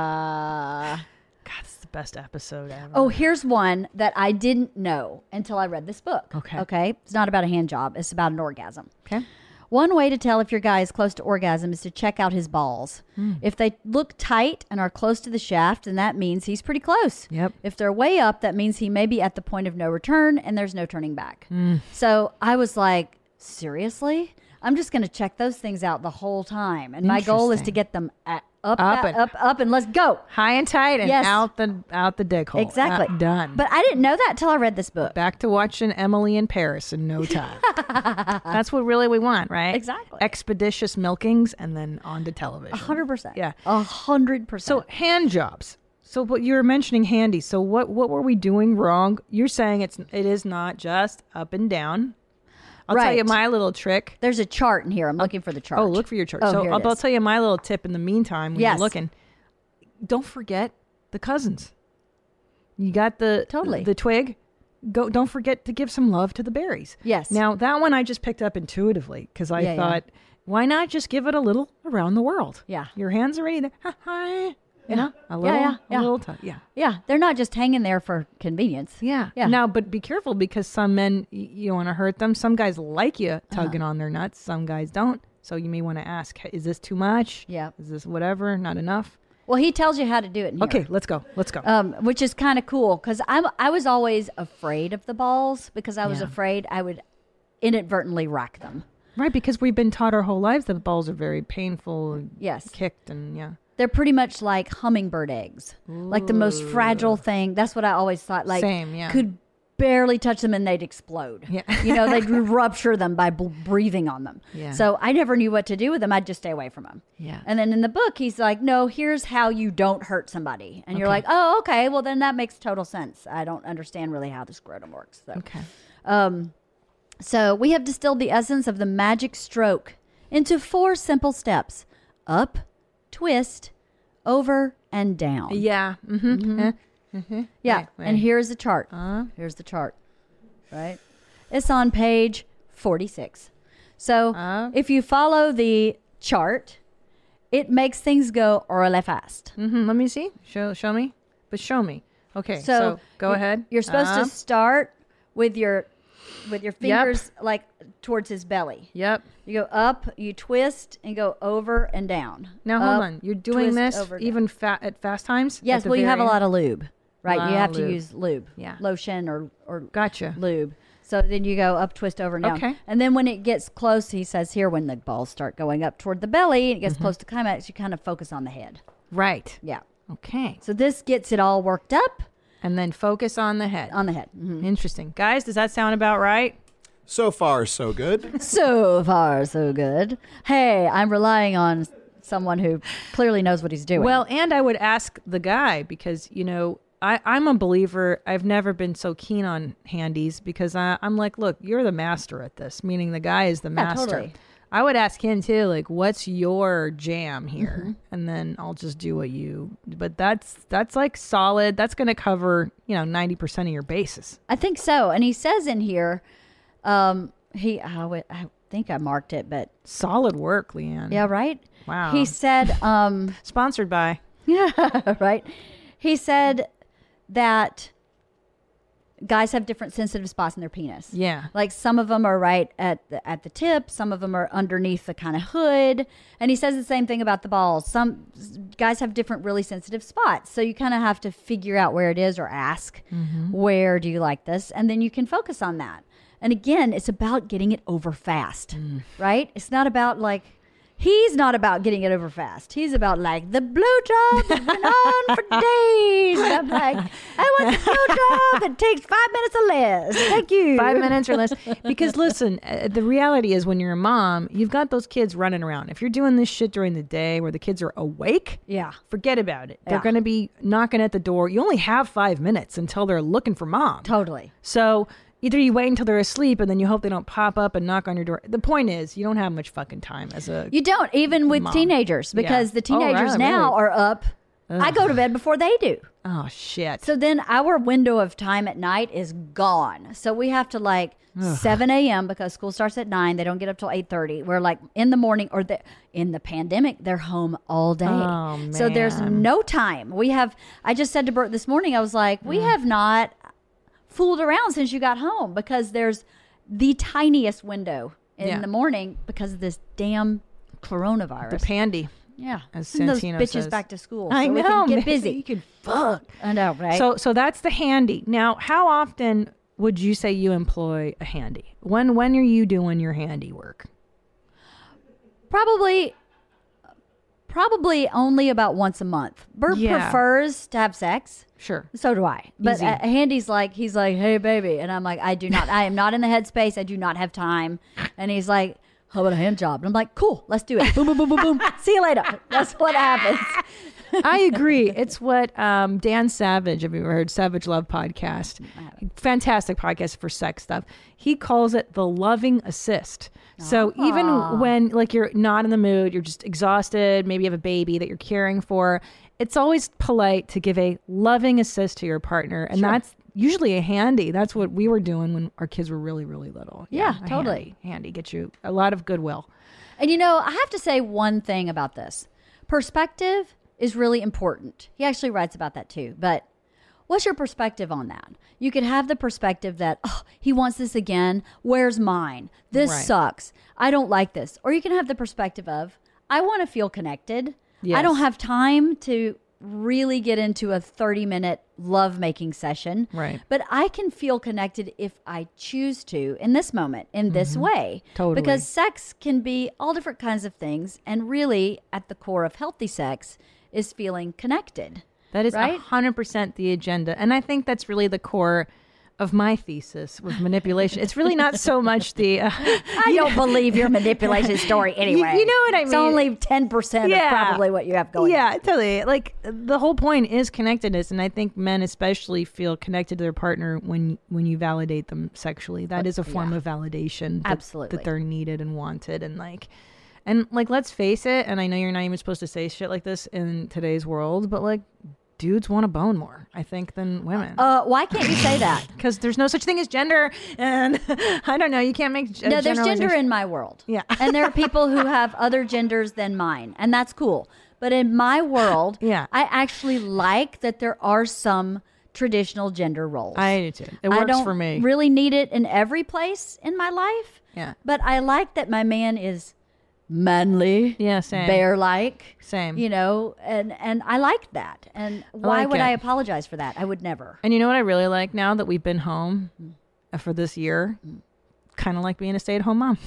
Speaker 6: Uh,
Speaker 3: god this is the best episode ever
Speaker 6: oh, here's one that I didn't know until I read this book.
Speaker 3: Okay.
Speaker 6: Okay. It's not about a hand job, it's about an orgasm.
Speaker 3: okay
Speaker 6: One way to tell if your guy is close to orgasm is to check out his balls.
Speaker 3: Hmm.
Speaker 6: If they look tight and are close to the shaft, then that means he's pretty close.
Speaker 3: Yep.
Speaker 6: If they're way up, that means he may be at the point of no return and there's no turning back.
Speaker 3: Hmm.
Speaker 6: So I was like, seriously? I'm just going to check those things out the whole time. And my goal is to
Speaker 3: Interesting.
Speaker 6: get them at, up,
Speaker 3: Up
Speaker 6: up,
Speaker 3: and-
Speaker 6: up, up, and let's go.
Speaker 3: high and tight and
Speaker 6: Yes.
Speaker 3: out the out the dick hole.
Speaker 6: Exactly.
Speaker 3: Uh, done.
Speaker 6: But I didn't know that till I read this book.
Speaker 3: back to watching Emily in Paris in no time. That's what really we want, right?
Speaker 6: Exactly.
Speaker 3: Expeditious milkings and then on to television.
Speaker 6: 100%.
Speaker 3: Yeah.
Speaker 6: 100%.
Speaker 3: So hand jobs. So what you were mentioning handy. So what what were we doing wrong? You're saying it's it is not just up and down. I'll tell you
Speaker 6: Right.
Speaker 3: my little trick.
Speaker 6: there's a chart in here. I'm looking for the chart.
Speaker 3: Oh, look for your chart.
Speaker 6: Oh,
Speaker 3: so
Speaker 6: here it
Speaker 3: I'll, I'll
Speaker 6: is.
Speaker 3: tell you my little tip in the meantime when
Speaker 6: Yes.
Speaker 3: you're looking. Don't forget the cousins. You got the
Speaker 6: Totally.
Speaker 3: the twig. Go. Don't forget to give some love to the berries.
Speaker 6: Yes.
Speaker 3: Now that one I just picked up intuitively because I
Speaker 6: Yeah, yeah.
Speaker 3: thought, why not just give it a little around the world?
Speaker 6: Yeah.
Speaker 3: Your hands are already there. Hi. You know, a little,
Speaker 6: yeah, yeah.
Speaker 3: a little time. Yeah.
Speaker 6: Yeah, they're not just hanging there for convenience.
Speaker 3: Yeah.
Speaker 6: Yeah.
Speaker 3: Now, but be careful because some men, y- you don't want to hurt them. Some guys like you
Speaker 6: Uh-huh.
Speaker 3: tugging on their nuts, some guys don't. So you may want to ask, "Hey, is this too much?
Speaker 6: Yeah.
Speaker 3: Is this whatever? Not enough?
Speaker 6: Well, he tells you how to do it. In here.
Speaker 3: Okay, let's go. Let's go.
Speaker 6: um, which is kind of cool because I'm I was always afraid of the balls because I was
Speaker 3: Yeah.
Speaker 6: afraid I would inadvertently rack them.
Speaker 3: right, because we've been taught our whole lives that balls are very painful and
Speaker 6: Yes,
Speaker 3: kicked and yeah.
Speaker 6: they're pretty much like hummingbird eggs, like the most fragile thing. That's what I always thought. Like
Speaker 3: Same, yeah.
Speaker 6: could barely touch them and they'd explode.
Speaker 3: Yeah.
Speaker 6: you know they'd rupture them by bl- breathing on them.
Speaker 3: Yeah.
Speaker 6: So I never knew what to do with them. I'd just stay away from them.
Speaker 3: Yeah.
Speaker 6: And then in the book, he's like, "No, here's how you don't hurt somebody," and you're like, "Oh, okay. Well, then that makes total sense. I don't understand really how the scrotum works." So.
Speaker 3: Okay.
Speaker 6: Um, so we have distilled the essence of the magic stroke into four simple steps up, twist, over, and down.
Speaker 3: Yeah. Mm-hmm.
Speaker 6: Yeah.
Speaker 3: right, right. Uh-huh.
Speaker 6: And here's the chart. Here's the chart. Right? It's on page 46. So
Speaker 3: Uh.
Speaker 6: if you follow the chart, it makes things go really fast.
Speaker 3: hmm Let me see. Show show me. But show me. Okay. So,
Speaker 6: So,
Speaker 3: go
Speaker 6: you-
Speaker 3: ahead.
Speaker 6: You're supposed
Speaker 3: Uh,
Speaker 6: to start with your with your fingers like towards his belly.
Speaker 3: Yep.
Speaker 6: You go up, you twist, and go over and down.
Speaker 3: Now hold
Speaker 6: Up,
Speaker 3: on. You're doing
Speaker 6: twist,
Speaker 3: this
Speaker 6: over, down.
Speaker 3: even fa- at fast times.
Speaker 6: yes. Well, you have a lot of lube, right?
Speaker 3: Lot
Speaker 6: you
Speaker 3: of
Speaker 6: have to
Speaker 3: lube.
Speaker 6: use lube,
Speaker 3: Yeah.
Speaker 6: lotion or or
Speaker 3: Gotcha.
Speaker 6: lube. So then you go up, twist over and down.
Speaker 3: Okay.
Speaker 6: And then when it gets close, he says here, when the balls start going up toward the belly and it gets
Speaker 3: Mm-hmm.
Speaker 6: close to climax, you kind of focus on the head.
Speaker 3: Right.
Speaker 6: Yeah.
Speaker 3: Okay.
Speaker 6: So this gets it all worked up
Speaker 3: And then focus on the head.
Speaker 6: on the head. Mhm.
Speaker 3: Interesting. Guys, does that sound about right?
Speaker 2: So far, so good.
Speaker 6: So far, so good. Hey, I'm relying on someone who clearly knows what he's doing.
Speaker 3: Well, and I would ask the guy because, you know, I, I'm a believer. I've never been so keen on handies because I, I'm like, look, you're the master at this, meaning the guy is the master.
Speaker 6: totally.
Speaker 3: I would ask him too, like, what's your jam here?
Speaker 6: Mm-hmm.
Speaker 3: And then I'll just do what you, but that's, that's like solid. That's going to cover, you know, 90% of your bases.
Speaker 6: I think so. And he says in here, um, he I, w- I think I marked it, but
Speaker 3: Solid work, Leanne.
Speaker 6: yeah, right.
Speaker 3: Mm. Wow.
Speaker 6: He said, um,
Speaker 3: Sponsored by.
Speaker 6: right. He said that guys have different sensitive spots in their penis.
Speaker 3: Yeah.
Speaker 6: Like some of them are right at the, at the tip, some of them are underneath the kind of hood, and he says the same thing about the balls. Some s- guys have different really sensitive spots, so you kind of have to figure out where it is or ask,
Speaker 3: Mm-hmm.
Speaker 6: where do you like this, and then you can focus on that. And again, it's about getting it over fast,
Speaker 3: Mm.
Speaker 6: right? It's not about like he's not about getting it over fast. He's about like the blowjob that went on for days. And I'm like, I want the blowjob that takes five minutes or less. Thank you.
Speaker 3: five minutes or less. Because listen, uh, the reality is when you're a mom, you've got those kids running around. If you're doing this shit during the day where the kids are awake,
Speaker 6: Yeah.
Speaker 3: forget about it. They're
Speaker 6: Yeah.
Speaker 3: going to be knocking at the door. You only have five minutes until they're looking for mom.
Speaker 6: Totally.
Speaker 3: So either you wait until they're asleep and then you hope they don't pop up and knock on your door. The point is, you don't have much fucking time as a.
Speaker 6: You don't, even with
Speaker 3: Mom.
Speaker 6: teenagers, because
Speaker 3: Yeah.
Speaker 6: the teenagers
Speaker 3: Oh, wow,
Speaker 6: now
Speaker 3: really?
Speaker 6: are up. I go to bed before they do.
Speaker 3: oh, shit.
Speaker 6: So then our window of time at night is gone. So we have to like 7 a.m. because school starts at 9. They don't get up till 8.30. We're like in the morning or the, in the pandemic, they're home all day.
Speaker 3: Oh,
Speaker 6: So there's
Speaker 3: man.
Speaker 6: no time. We have, I just said to Bert this morning, I was like, we have not fooled around since you got home because there's the tiniest window in
Speaker 3: Yeah.
Speaker 6: the morning because of this damn coronavirus.
Speaker 3: the pandy.
Speaker 6: yeah.
Speaker 3: as
Speaker 6: Send those
Speaker 3: Santino
Speaker 6: bitches
Speaker 3: says.
Speaker 6: back to school.
Speaker 3: I
Speaker 6: so We
Speaker 3: know,
Speaker 6: can
Speaker 3: man.
Speaker 6: get busy.
Speaker 3: You
Speaker 6: can fuck. I know, right?
Speaker 3: So so that's the handy. Now, how often would you say you employ a handy? When when are you doing your handy work?
Speaker 6: Probably, probably only about once a month. Bert
Speaker 3: Yeah.
Speaker 6: prefers to have sex.
Speaker 3: Sure.
Speaker 6: So do I. But
Speaker 3: Easy.
Speaker 6: uh, Handy's like, he's like, hey, baby. And I'm like, I do not, I am not in the headspace. I do not have time. And he's like, how about a hand job? And I'm like, cool, let's do it. Boom, boom, boom, boom, boom. See you later. That's what happens.
Speaker 3: I agree. It's what um, Dan Savage, have you ever heard Savage Love podcast? Fantastic podcast for sex stuff. He calls it the loving assist. So
Speaker 6: Ah.
Speaker 3: even when like you're not in the mood, you're just exhausted, maybe you have a baby that you're caring for, it's always polite to give a loving assist to your partner. And that's usually a handy. That's what we were doing when our kids were really, really little.
Speaker 6: Yeah,
Speaker 3: a
Speaker 6: totally.
Speaker 3: Handy, handy gets you a lot of goodwill.
Speaker 6: And you know, I have to say one thing about this perspective is really important. He actually writes about that too. But what's your perspective on that? You could have the perspective that, oh, he wants this again. Where's mine? This
Speaker 3: Right.
Speaker 6: sucks. I don't like this. Or you can have the perspective of, I want to feel connected. I don't
Speaker 3: Yes.
Speaker 6: have time to really get into a 30 minute lovemaking session.
Speaker 3: Right.
Speaker 6: But I can feel connected if I choose to in this moment, in this
Speaker 3: Mm-hmm.
Speaker 6: way.
Speaker 3: Totally.
Speaker 6: Because sex can be all different kinds of things. And really, at the core of healthy sex is feeling connected.
Speaker 3: That is
Speaker 6: Right?
Speaker 3: 100% the agenda. And I think that's really the core of my thesis with manipulation. it's really not so much the. Uh,
Speaker 6: I don't believe your manipulation story anyway.
Speaker 3: you know what I
Speaker 6: It's
Speaker 3: mean.
Speaker 6: only 10%
Speaker 3: Yeah.
Speaker 6: of probably what you have going
Speaker 3: yeah, totally. Like the whole point is connectedness, and I think men especially feel connected to their partner when when you validate them sexually. That is a form of validation, that,
Speaker 6: Absolutely.
Speaker 3: that they're needed and wanted, and like, and like, let's face it. And I know you're not even supposed to say shit like this in today's world, but like, dudes want to bone more, I think, than women.
Speaker 6: Uh, why can't you say that?
Speaker 3: because there's no such thing as gender, and I don't know. You can't make g-
Speaker 6: no, there's gender
Speaker 3: generalization.
Speaker 6: in my world.
Speaker 3: Uh, Yeah.
Speaker 6: and there are people who have other genders than mine, and that's cool. But in my world,
Speaker 3: Yeah.
Speaker 6: I actually like that there are some traditional gender roles.
Speaker 3: I do too. It
Speaker 6: I
Speaker 3: works
Speaker 6: don't
Speaker 3: for me.
Speaker 6: really need it in every place in my life.
Speaker 3: Yeah.
Speaker 6: But I like that my man is manly.
Speaker 3: Yeah, same.
Speaker 6: Bear like.
Speaker 3: Same.
Speaker 6: You know, and and I like that. And why
Speaker 3: like
Speaker 6: would
Speaker 3: it.
Speaker 6: I apologize for that? I would never.
Speaker 3: And you know what I really like now that we've been home uh, for this year? Kind of like being a stay at home mom.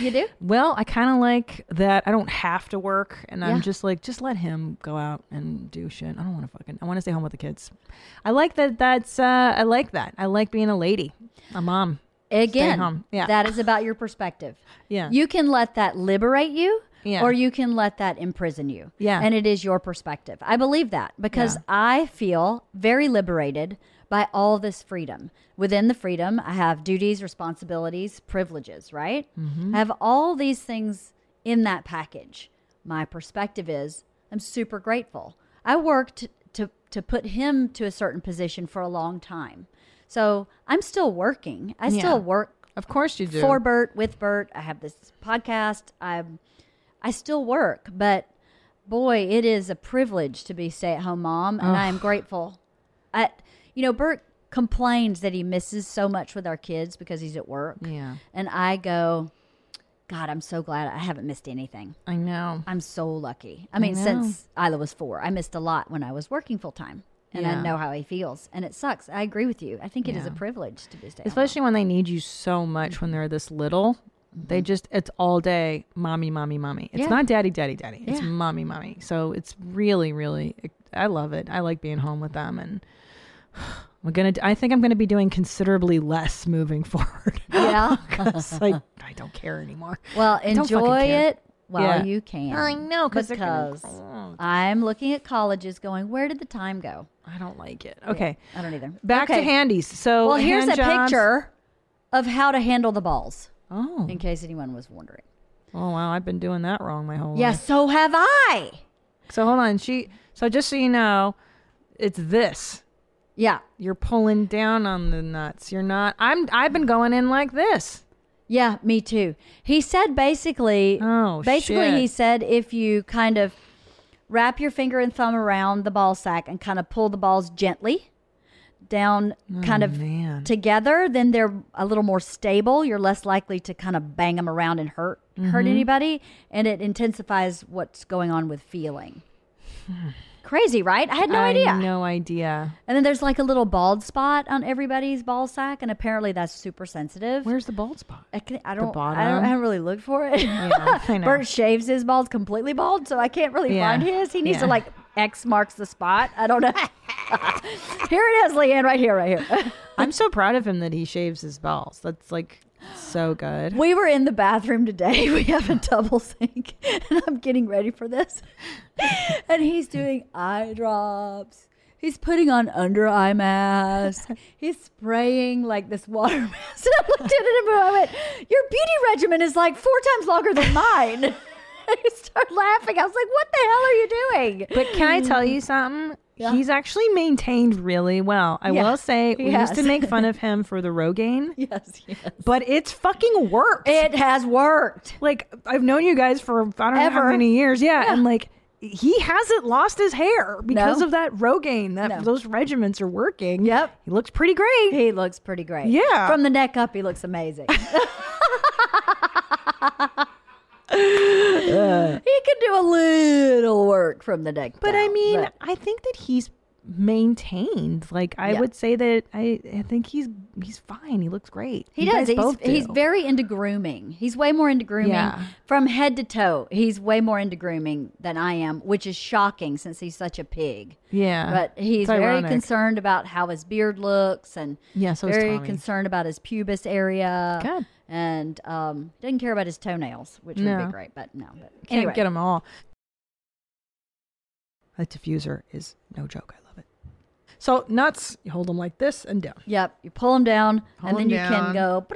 Speaker 6: You do?
Speaker 3: Well, I kind of like that I don't have to work and
Speaker 6: Yeah.
Speaker 3: I'm just like, just let him go out and do shit. I don't want to fucking, I want to stay home with the kids. I like that. That's, uh, I like that. I like being a lady, a mom.
Speaker 6: Again,
Speaker 3: home. Yeah.
Speaker 6: that is about your perspective.
Speaker 3: Yeah.
Speaker 6: You can let that liberate you
Speaker 3: Yeah.
Speaker 6: or you can let that imprison you.
Speaker 3: Yeah.
Speaker 6: And it is your perspective. I believe that because
Speaker 3: Yeah.
Speaker 6: I feel very liberated by all this freedom. Within the freedom, I have duties, responsibilities, privileges, right?
Speaker 3: Mm-hmm.
Speaker 6: I have all these things in that package. My perspective is I'm super grateful. I worked to, to put him to a certain position for a long time. So I'm still working. I
Speaker 3: Yeah.
Speaker 6: still work
Speaker 3: Of course you do.
Speaker 6: for Bert, with Bert. I have this podcast. I'm I still work, but boy, it is a privilege to be stay at home mom, and I am grateful. I, you know, Bert complains that he misses so much with our kids because he's at work.
Speaker 3: Yeah.
Speaker 6: and I go, God, I'm so glad I haven't missed anything.
Speaker 3: I know.
Speaker 6: I'm so lucky. I mean,
Speaker 3: know.
Speaker 6: since Isla was four, I missed a lot when I was working full time. And
Speaker 3: Yeah.
Speaker 6: I know how he feels, and it sucks. I agree with you. I think it is a privilege to be stay. at home.
Speaker 3: Especially when they need you so much when they're this little. They just, it's all day, mommy, mommy, mommy. It's
Speaker 6: Mm-hmm. Yeah.
Speaker 3: not daddy, daddy, daddy. It's
Speaker 6: Yeah.
Speaker 3: mommy, mommy. So it's really, really, e, I love it. I like being home with them. And I'm going to, I think I'm going to be doing considerably less moving forward.
Speaker 6: Yeah.
Speaker 3: 'Cause I, I don't care anymore.
Speaker 6: Well,
Speaker 3: don't fucking
Speaker 6: enjoy
Speaker 3: care.
Speaker 6: it while
Speaker 3: Yeah.
Speaker 6: you can.
Speaker 3: I know, 'cause they're gonna
Speaker 6: because
Speaker 3: grow up.
Speaker 6: I'm looking at colleges, going, where did the time go?
Speaker 3: I don't like it. Okay.
Speaker 6: I don't either.
Speaker 3: Back to
Speaker 6: Okay.
Speaker 3: handies. So,
Speaker 6: Well, here's
Speaker 3: hand
Speaker 6: a
Speaker 3: jobs.
Speaker 6: picture of how to handle the balls,
Speaker 3: Oh.
Speaker 6: in case anyone was wondering.
Speaker 3: oh, wow. I've been doing that wrong my whole
Speaker 6: Yeah,
Speaker 3: life.
Speaker 6: so have I.
Speaker 3: So hold on. She, so just so you know, it's this.
Speaker 6: Yeah,
Speaker 3: You're pulling down on the nuts. You're not. I'm. I've been going in like this.
Speaker 6: yeah, me too. He said basically,
Speaker 3: Oh,
Speaker 6: basically
Speaker 3: shit.
Speaker 6: he said if you kind of wrap your finger and thumb around the ball sack and kind of pull the balls gently down, kind of
Speaker 3: Oh, man.
Speaker 6: together, then they're a little more stable. You're less likely to kind of bang them around and hurt
Speaker 3: Mm-hmm.
Speaker 6: hurt anybody, and it intensifies what's going on with feeling. Crazy, right? I had no
Speaker 3: I
Speaker 6: idea.
Speaker 3: No idea.
Speaker 6: And then there's like a little bald spot on everybody's ball sack, and apparently that's super sensitive.
Speaker 3: Where's the bald spot?
Speaker 6: I, can, I don't. I
Speaker 3: bottom?
Speaker 6: don't. I haven't really looked for it.
Speaker 3: I know.
Speaker 6: Bert shaves his balls completely bald, so I can't really
Speaker 3: Yeah.
Speaker 6: find his. He needs to
Speaker 3: Yeah.
Speaker 6: like X marks the spot. I don't know. here it is, Leanne, right here, right here.
Speaker 3: I'm so proud of him that he shaves his balls. That's like so good.
Speaker 6: We were in the bathroom today. We have a double sink, and I'm getting ready for this. And he's doing eye drops. He's putting on under eye mask. He's spraying like this water mask. And I looked at him and I went, Your beauty regimen is like four times longer than mine. And he started laughing. I was like, What the hell are you doing?
Speaker 3: But can I tell you something? He's actually maintained really well. I
Speaker 6: Yeah,
Speaker 3: will say
Speaker 6: he
Speaker 3: we used to
Speaker 6: has.
Speaker 3: make fun of him for the Rogaine,
Speaker 6: yes, yes.
Speaker 3: but it's fucking worked.
Speaker 6: It has worked.
Speaker 3: like I've known you guys for I don't know how
Speaker 6: Ever.
Speaker 3: many years. Yeah, and like he hasn't lost his hair because
Speaker 6: No.
Speaker 3: of that Rogaine. That
Speaker 6: No.
Speaker 3: those regiments are working.
Speaker 6: Yep.
Speaker 3: he looks pretty great.
Speaker 6: He looks pretty great.
Speaker 3: Yeah.
Speaker 6: From the neck up, he looks amazing. he could do a little work from the neck
Speaker 3: But I
Speaker 6: down,
Speaker 3: mean,
Speaker 6: but
Speaker 3: I think that he's maintained. Like I
Speaker 6: Yeah.
Speaker 3: would say that I, I think he's he's fine. He looks great.
Speaker 6: he
Speaker 3: You
Speaker 6: does.
Speaker 3: guys
Speaker 6: He's,
Speaker 3: both
Speaker 6: he's
Speaker 3: do.
Speaker 6: very into grooming. He's way more into grooming
Speaker 3: Yeah.
Speaker 6: from head to toe. He's way more into grooming than I am, which is shocking since he's such a pig.
Speaker 3: yeah.
Speaker 6: But he's
Speaker 3: It's
Speaker 6: very
Speaker 3: ironic.
Speaker 6: concerned about how his beard looks and
Speaker 3: Yeah, so is
Speaker 6: very
Speaker 3: Tommy.
Speaker 6: concerned about his pubis area.
Speaker 3: Good.
Speaker 6: And um, doesn't care about his toenails, which would
Speaker 3: No.
Speaker 6: be great, but no. But
Speaker 3: Can't
Speaker 6: anyway.
Speaker 3: get them all. That diffuser is no joke. I love it. So nuts, you hold them like this and down
Speaker 6: Yep, you pull them down,
Speaker 3: Pull
Speaker 6: and
Speaker 3: 'em
Speaker 6: then you
Speaker 3: down
Speaker 6: can go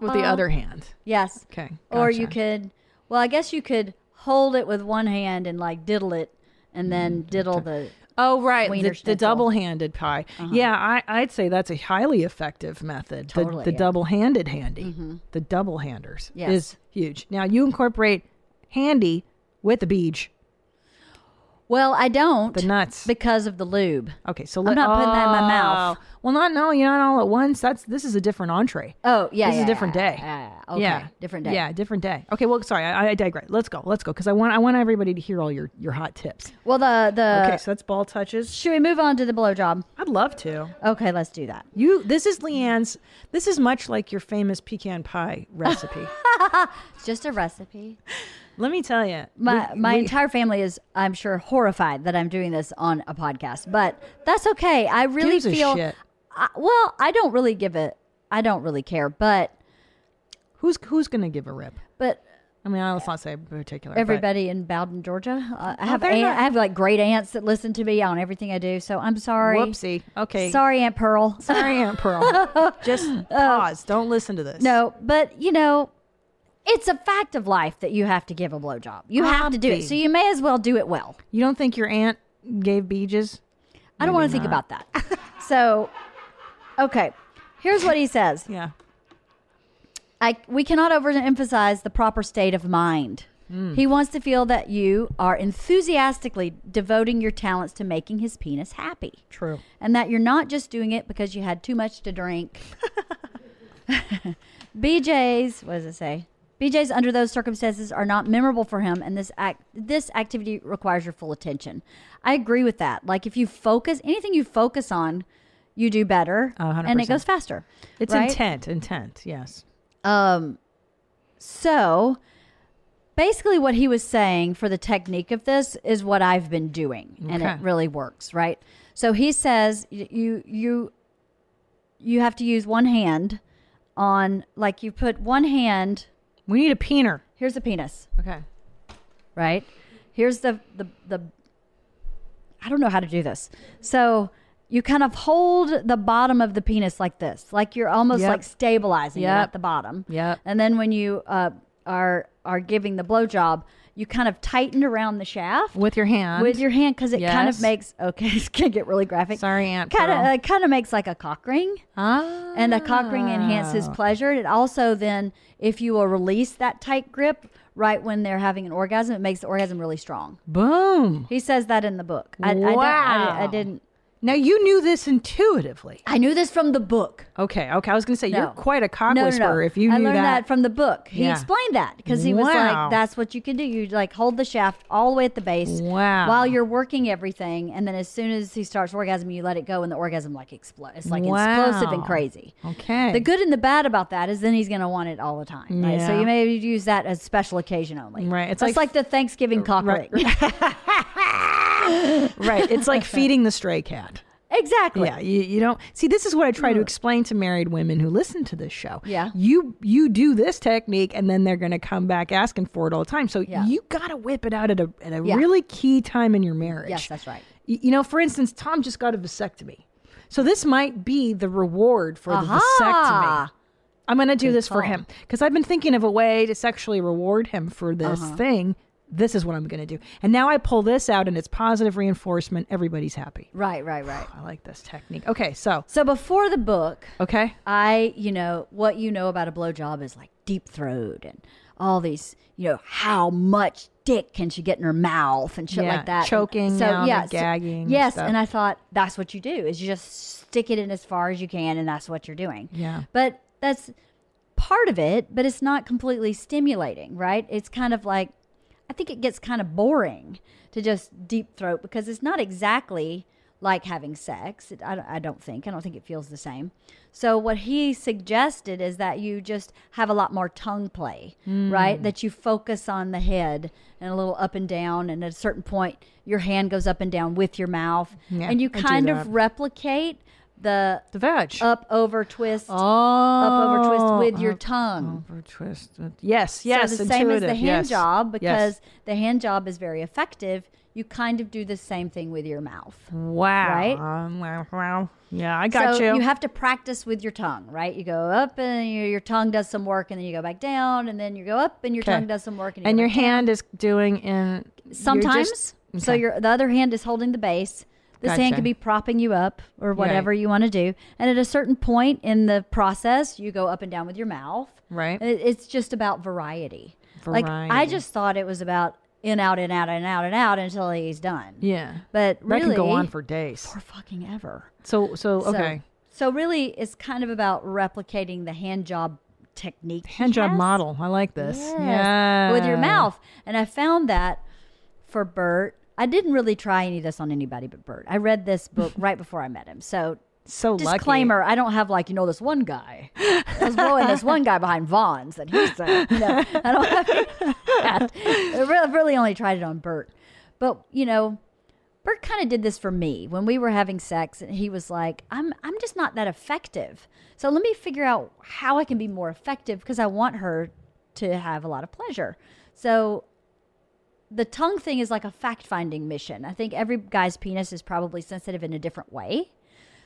Speaker 3: with the other hand.
Speaker 6: Yes,
Speaker 3: Okay.
Speaker 6: or you
Speaker 3: gotcha.
Speaker 6: could. Well, I guess you could hold it with one hand and like diddle it, and
Speaker 3: Mm,
Speaker 6: then diddle the.
Speaker 3: Oh right,
Speaker 6: Wiener
Speaker 3: the, the
Speaker 6: schnitzel. Uh-huh.
Speaker 3: double-handed pie. Yeah, I, I'd say that's a highly effective method. The-
Speaker 6: Totally,
Speaker 3: the,
Speaker 6: yeah. Mm-hmm.
Speaker 3: double-handed handy, the double-handers
Speaker 6: Yes.
Speaker 3: is huge. Now you incorporate handy with the beach,
Speaker 6: Well, I don't
Speaker 3: the nuts.
Speaker 6: because of the lube.
Speaker 3: okay, so let,
Speaker 6: not putting that in my mouth.
Speaker 3: oh. Well, not no, you're not all at once. That's this is a different entree.
Speaker 6: Oh yeah,
Speaker 3: This is a
Speaker 6: yeah,
Speaker 3: different
Speaker 6: yeah,
Speaker 3: day.
Speaker 6: Yeah, yeah, Oh, okay,
Speaker 3: yeah,
Speaker 6: different day.
Speaker 3: Yeah, different day. Okay, well, sorry, I, I digress. Let's go, let's go, because I want I want everybody to hear all your your hot tips.
Speaker 6: Well, the the.
Speaker 3: okay, so that's ball touches.
Speaker 6: Should we move on to the blowjob?
Speaker 3: I'd love to.
Speaker 6: Okay, let's do that.
Speaker 3: You this is Leanne's this is much like your famous pecan pie recipe.
Speaker 6: It's just a recipe.
Speaker 3: Let me tell you.
Speaker 6: My my entire family is, I'm sure, horrified that I'm doing this on a podcast, but that's okay. I really
Speaker 3: Gives a
Speaker 6: feel.
Speaker 3: shit.
Speaker 6: I, well, I don't really give it. I don't really care, but
Speaker 3: Who's who's going to give a rip?
Speaker 6: but
Speaker 3: I mean, I'll not say in particular. but- Oh,
Speaker 6: everybody in Bowden, Georgia, uh, I have
Speaker 3: they're
Speaker 6: aunt,
Speaker 3: not-
Speaker 6: I have like great aunts that listen to me on everything I do. So I'm sorry.
Speaker 3: Whoopsie. Okay.
Speaker 6: Sorry, Aunt Pearl.
Speaker 3: Sorry, Aunt Pearl. Just pause. Don't listen to this.
Speaker 6: No, but you know, it's a fact of life that you have to give a blowjob. You have to do it,
Speaker 3: Obvi.
Speaker 6: so you may as well do it well.
Speaker 3: You don't think your aunt gave beaches?
Speaker 6: I don't want to think about that. so, okay, here's what he says.
Speaker 3: Yeah.
Speaker 6: I, we cannot overemphasize the proper state of mind.
Speaker 3: Hmm.
Speaker 6: He wants to feel that you are enthusiastically devoting your talents to making his penis happy.
Speaker 3: True.
Speaker 6: And that you're not just doing it because you had too much to drink. BJ's, what does it say? BJ's under those circumstances are not memorable for him, and this act, this activity requires your full attention. I agree with that. Like if you focus, anything you focus on, you do better,
Speaker 3: A hundred
Speaker 6: and it
Speaker 3: percent.
Speaker 6: goes faster.
Speaker 3: It's
Speaker 6: right?
Speaker 3: intent, intent. Yes.
Speaker 6: Um, so basically, what he was saying for the technique of this is what I've been doing, and
Speaker 3: Okay.
Speaker 6: it really works, right? So he says y- you you you have to use one hand on like you put one hand.
Speaker 3: We need a peener.
Speaker 6: Here's the penis,
Speaker 3: Okay.
Speaker 6: right? Here's the the the. I don't know how to do this, so. You kind of hold the bottom of the penis like this, like you're almost
Speaker 3: Yep.
Speaker 6: like stabilizing it
Speaker 3: Yep.
Speaker 6: at the bottom.
Speaker 3: Yep.
Speaker 6: And then when you uh, are are giving the blowjob, you kind of tighten around the shaft
Speaker 3: With your hand.
Speaker 6: with your hand because it kind of
Speaker 3: Yes.
Speaker 6: makes okay. It's gonna get really graphic.
Speaker 3: Sorry, Aunt
Speaker 6: Kind of
Speaker 3: Pearl.
Speaker 6: uh, kind of makes like a cock ring,
Speaker 3: ah.
Speaker 6: and a cock ring enhances pleasure. It also then, if you will release that tight grip right when they're having an orgasm, it makes the orgasm really strong.
Speaker 3: Boom.
Speaker 6: He says that in the book. I, I, don't, I, I
Speaker 3: Wow.
Speaker 6: didn't.
Speaker 3: Now you knew this intuitively.
Speaker 6: I knew this from the book.
Speaker 3: Okay. Okay. I was going to say
Speaker 6: No.
Speaker 3: you're quite a cock
Speaker 6: No, no, no.
Speaker 3: whisperer if you
Speaker 6: I
Speaker 3: knew
Speaker 6: learned that. from the book. He
Speaker 3: Yeah.
Speaker 6: explained that because he was
Speaker 3: Wow.
Speaker 6: like, "That's what you can do. You like hold the shaft all the way at the base,
Speaker 3: Wow.
Speaker 6: while you're working everything, and then as soon as he starts orgasming, you let it go, and the orgasm like explodes. It's like explosive and
Speaker 3: Wow.
Speaker 6: crazy.
Speaker 3: Okay.
Speaker 6: The good and the bad about that is then he's going to want it all the time. Right? So
Speaker 3: Yeah.
Speaker 6: you may use that as special occasion only.
Speaker 3: Right. It's
Speaker 6: It's like,
Speaker 3: like-
Speaker 6: the Thanksgiving cock
Speaker 3: right.
Speaker 6: ring.
Speaker 3: Right. It's like feeding the stray cat.
Speaker 6: exactly. Mm.
Speaker 3: Yeah, you, you don't see. This is what I try to explain to married women who listen to this show.
Speaker 6: Yeah.
Speaker 3: you you do this technique, and then they're going to come back asking for it all the time. So
Speaker 6: Yeah.
Speaker 3: you got to whip it out at a at a
Speaker 6: Yeah.
Speaker 3: really key time in your marriage.
Speaker 6: Yes, that's right.
Speaker 3: Y- you know, for instance, Tom just got a vasectomy, so this might be the reward for the vasectomy.
Speaker 6: Aha!
Speaker 3: I'm going to do this for
Speaker 6: call.
Speaker 3: him because I've been thinking of a way to sexually reward him for this
Speaker 6: Uh-huh.
Speaker 3: thing. This is what I'm going to do, and now I pull this out, and it's positive reinforcement. Everybody's happy.
Speaker 6: Right. Right. Right.
Speaker 3: I like this technique. Okay, so
Speaker 6: So before the book,
Speaker 3: okay.
Speaker 6: I, you know, what you know about a blowjob is like deep throat and all these, you know, how much dick can she get in her mouth and shit
Speaker 3: Yeah,
Speaker 6: like that.
Speaker 3: choking down and
Speaker 6: so-
Speaker 3: gagging and
Speaker 6: Yes,
Speaker 3: stuff.
Speaker 6: and I thought that's what you do is you just stick it in as far as you can, and that's what you're doing.
Speaker 3: Yeah.
Speaker 6: but that's part of it, but it's not completely stimulating, right? It's kind of like I think it gets kind of boring to just deep throat because it's not exactly like having sex. It, I, don't- I don't think. I don't think it feels the same. So, what he suggested is that you just have a lot more tongue play,
Speaker 3: Hmm.
Speaker 6: right? That you focus on the head and a little up and down. And at a certain point, your hand goes up and down with your mouth.
Speaker 3: Yeah,
Speaker 6: and you
Speaker 3: I do
Speaker 6: kind
Speaker 3: that.
Speaker 6: of replicate the
Speaker 3: The veg.
Speaker 6: up, over, twist, up, over,
Speaker 3: Oh,
Speaker 6: twist with your
Speaker 3: up,
Speaker 6: tongue.
Speaker 3: Over twist. Yes, yes.
Speaker 6: So the same as the
Speaker 3: intuitive,
Speaker 6: hand
Speaker 3: yes,
Speaker 6: job
Speaker 3: yes.
Speaker 6: because the hand job is very effective. You kind of do the same thing with your mouth.
Speaker 3: Wow.
Speaker 6: right?
Speaker 3: Um, wow, wow. Yeah, I got
Speaker 6: so
Speaker 3: you.
Speaker 6: you have to practice with your tongue, right? You go up and your, your tongue does some work, and then you go back down, and then you go up and your
Speaker 3: 'Kay.
Speaker 6: tongue does some work, and, you
Speaker 3: and
Speaker 6: go
Speaker 3: your
Speaker 6: back
Speaker 3: hand is doing in you're just-
Speaker 6: sometimes. So
Speaker 3: Okay.
Speaker 6: your the other hand is holding the base. This hand
Speaker 3: Gotcha.
Speaker 6: could be propping you up or whatever
Speaker 3: Right.
Speaker 6: you want to do. And at a certain point in the process, you go up and down with your mouth.
Speaker 3: Right.
Speaker 6: It- It's just about variety. Like I
Speaker 3: Variety.
Speaker 6: just thought it was about in out in out and out and out until he's done.
Speaker 3: yeah,
Speaker 6: But
Speaker 3: that
Speaker 6: really
Speaker 3: can go on for days.
Speaker 6: or fucking ever.
Speaker 3: So so
Speaker 6: So-
Speaker 3: okay.
Speaker 6: So, really, it's kind of about replicating the hand job technique. he
Speaker 3: hand job
Speaker 6: has.
Speaker 3: model. I like this.
Speaker 6: Yes.
Speaker 3: Yeah,
Speaker 6: With your mouth. And I found that for Bert. I didn't really try any of this on anybody but Bert. I read this book right before I met him. So,
Speaker 3: So lucky.
Speaker 6: disclaimer I don't have, like, you know, this one guy. I was blowing this one guy behind Vaughn's that he said. No, I don't have that. I re- I've really only tried it on Bert. But, you know, Bert kind of did this for me when we were having sex, and he was like, "I'm I'm just not that effective. So let me figure out how I can be more effective because I want her to have a lot of pleasure." So the tongue thing is like a fact-finding mission. I think every guy's penis is probably sensitive in a different way.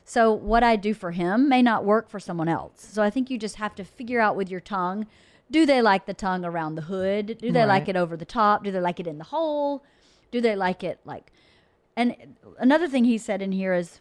Speaker 6: So what I do for him may not work for someone else. So I think you just have to figure out with your tongue, do they like the tongue around the hood? Do they like
Speaker 3: Right.
Speaker 6: it over the top? Do they like it in the hole? Do they like it like and another thing he said in here is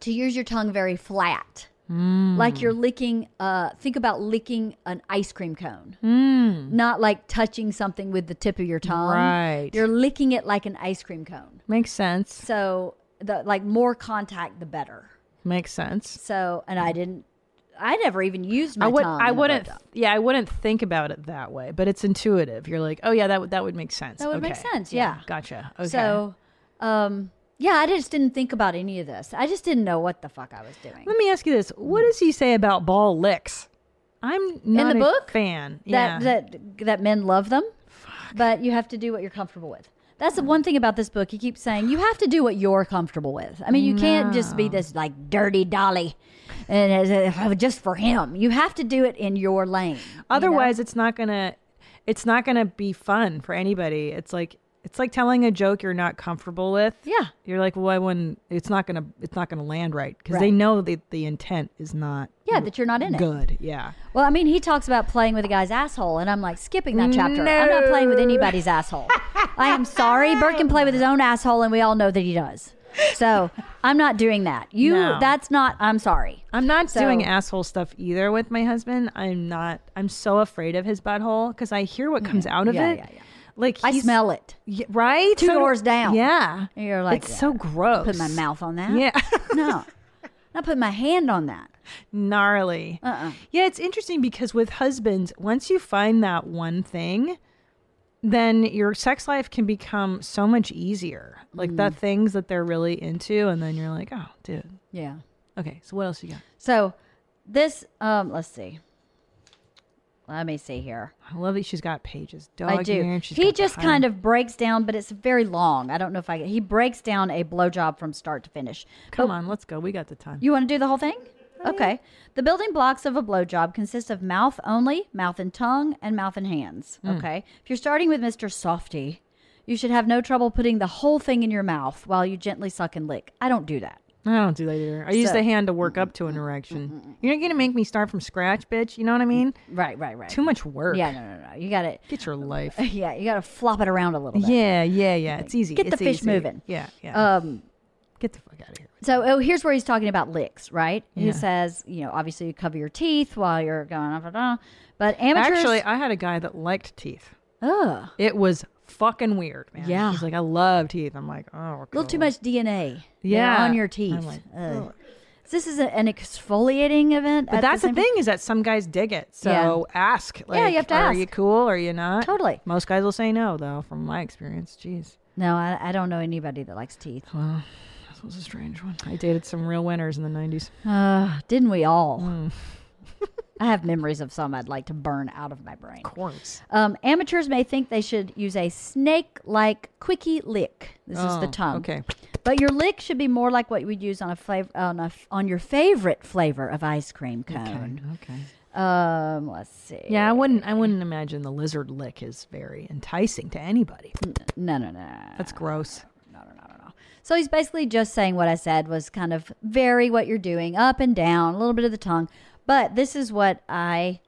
Speaker 6: to use your tongue very flat.
Speaker 3: Mm.
Speaker 6: Like you're licking, uh, think about licking an ice cream cone, not like touching something with the tip of your tongue.
Speaker 3: Mm. Right.
Speaker 6: You're licking it like an ice cream cone.
Speaker 3: makes sense.
Speaker 6: So, the like more contact, the better.
Speaker 3: Makes sense.
Speaker 6: So, and I didn't, I never even used my
Speaker 3: I would.
Speaker 6: tongue.
Speaker 3: I
Speaker 6: in a
Speaker 3: wouldn't.
Speaker 6: blowjob.
Speaker 3: Yeah, I wouldn't think about it that way. But it's intuitive. You're like, oh yeah, that would that would make sense.
Speaker 6: That would make
Speaker 3: Okay.
Speaker 6: sense, yeah.
Speaker 3: Gotcha. Okay.
Speaker 6: So, um, yeah, I just didn't think about any of this. I just didn't know what the fuck I was doing.
Speaker 3: let me ask you this: What does he say about ball licks? I'm not
Speaker 6: the
Speaker 3: a
Speaker 6: book?
Speaker 3: fan. yeah.
Speaker 6: that that that men love them, but you have to do what you're comfortable with. That's the one thing about this book. He keeps saying you have to do what you're comfortable with. I mean, you can't just be this like dirty dolly, and uh, just for him. You have to do it in your lane. you
Speaker 3: Otherwise, it's not gonna. It's not gonna be fun for anybody. It's like it's like telling a joke you're not comfortable with.
Speaker 6: Yeah.
Speaker 3: You're like, well, I wouldn't. It's not gonna. It's not gonna land right because they
Speaker 6: Right.
Speaker 3: know that the intent is not.
Speaker 6: know? yeah, that you're not in it.
Speaker 3: Good. Yeah.
Speaker 6: Well, I mean, he talks about playing with a guy's asshole, and I'm like skipping that chapter. I'm not playing with anybody's asshole. I am sorry, Bert can play with his own asshole, and we all know that he does. So I'm not doing that. You,
Speaker 3: No.
Speaker 6: that's not. I'm sorry.
Speaker 3: I'm not
Speaker 6: So-
Speaker 3: doing asshole stuff either with my husband. I'm not. I'm so afraid of his butthole because I hear what comes out of
Speaker 6: Yeah,
Speaker 3: it.
Speaker 6: yeah, yeah.
Speaker 3: Like
Speaker 6: I
Speaker 3: he's-
Speaker 6: smell it.
Speaker 3: Yeah, right.
Speaker 6: Two
Speaker 3: So do-
Speaker 6: doors down.
Speaker 3: Yeah.
Speaker 6: And you're like,
Speaker 3: it's so
Speaker 6: "Yeah,
Speaker 3: gross.
Speaker 6: Put my mouth on that.
Speaker 3: Yeah.
Speaker 6: no, not put my hand on that.
Speaker 3: gnarly.
Speaker 6: Uh-uh.
Speaker 3: Yeah, it's interesting because with husbands, once you find that one thing, then your sex life can become so much easier. Like
Speaker 6: Mm.
Speaker 3: the things that they're really into, and then you're like, oh, dude.
Speaker 6: Yeah.
Speaker 3: Okay, so what else you got?
Speaker 6: So this, um, let's see. Let me see here.
Speaker 3: I love that she's got pages. Dog
Speaker 6: I do.
Speaker 3: ear, and she's
Speaker 6: He
Speaker 3: got the
Speaker 6: just
Speaker 3: highlight.
Speaker 6: kind of breaks down, but it's very long. I don't know if I. He breaks down a blowjob from start to finish.
Speaker 3: Come on, let's go. We got the time.
Speaker 6: Oh. You want to do the whole thing? Okay. The building blocks of a blowjob consist of mouth only, mouth and tongue, and mouth and hands.
Speaker 3: Hmm.
Speaker 6: Okay. If you're starting with Mr. Softy, you should have no trouble putting the whole thing in your mouth while you gently suck and lick. I don't do that.
Speaker 3: I don't do that either. I use
Speaker 6: So-
Speaker 3: the hand to work up to an erection. You're not gonna make me start from scratch, bitch. You know what I mean?
Speaker 6: Right, right, right.
Speaker 3: Too much work.
Speaker 6: Yeah, no, no, no. You got to
Speaker 3: Get your life.
Speaker 6: Yeah, you got to flop it around a little bit.
Speaker 3: Yeah, yeah, yeah. It's easy.
Speaker 6: Get the
Speaker 3: It's
Speaker 6: fish
Speaker 3: easy.
Speaker 6: moving.
Speaker 3: Yeah, yeah.
Speaker 6: Um,
Speaker 3: Get the fuck out of here.
Speaker 6: So oh, here's where he's talking about licks, right? He
Speaker 3: Yeah.
Speaker 6: says, you know, obviously you cover your teeth while you're going, up and on, but amateurs,
Speaker 3: Actually, I had a guy that liked teeth.
Speaker 6: ugh,
Speaker 3: It was fucking weird, man.
Speaker 6: Yeah.
Speaker 3: He's like, I love teeth. I'm like, oh,
Speaker 6: A little too much DNA.
Speaker 3: Yeah.
Speaker 6: on your teeth.
Speaker 3: I'm like,
Speaker 6: Ugh. So this is a, an exfoliating event.
Speaker 3: But
Speaker 6: at
Speaker 3: that's the,
Speaker 6: same-
Speaker 3: thing is that some guys dig it. So ask. Like,
Speaker 6: you have to
Speaker 3: Are
Speaker 6: ask.
Speaker 3: you cool? Are you not?
Speaker 6: Totally.
Speaker 3: Most guys will say no, though, from my experience. Jeez.
Speaker 6: No, I, I don't know anybody that likes teeth.
Speaker 3: This was a strange one. I dated some real winners in the 90s.
Speaker 6: Uh, didn't we all?
Speaker 3: Mm.
Speaker 6: I have memories of some I'd like to burn out of my brain.
Speaker 3: Quartz.
Speaker 6: Um, amateurs may think they should use a snake-like quickie lick. This is the
Speaker 3: Oh,
Speaker 6: tongue.
Speaker 3: okay.
Speaker 6: but your lick should be more like what you would use on a flavor on a f- on your favorite flavor of ice cream cone.
Speaker 3: Okay.
Speaker 6: Um, let's see.
Speaker 3: Yeah, I wouldn't. I wouldn't imagine the lizard lick is very enticing to anybody.
Speaker 6: No, no, no.
Speaker 3: That's gross.
Speaker 6: So he's basically just saying what I said was kind of vary what you're doing up and down, a little bit of the tongue. But this is what I,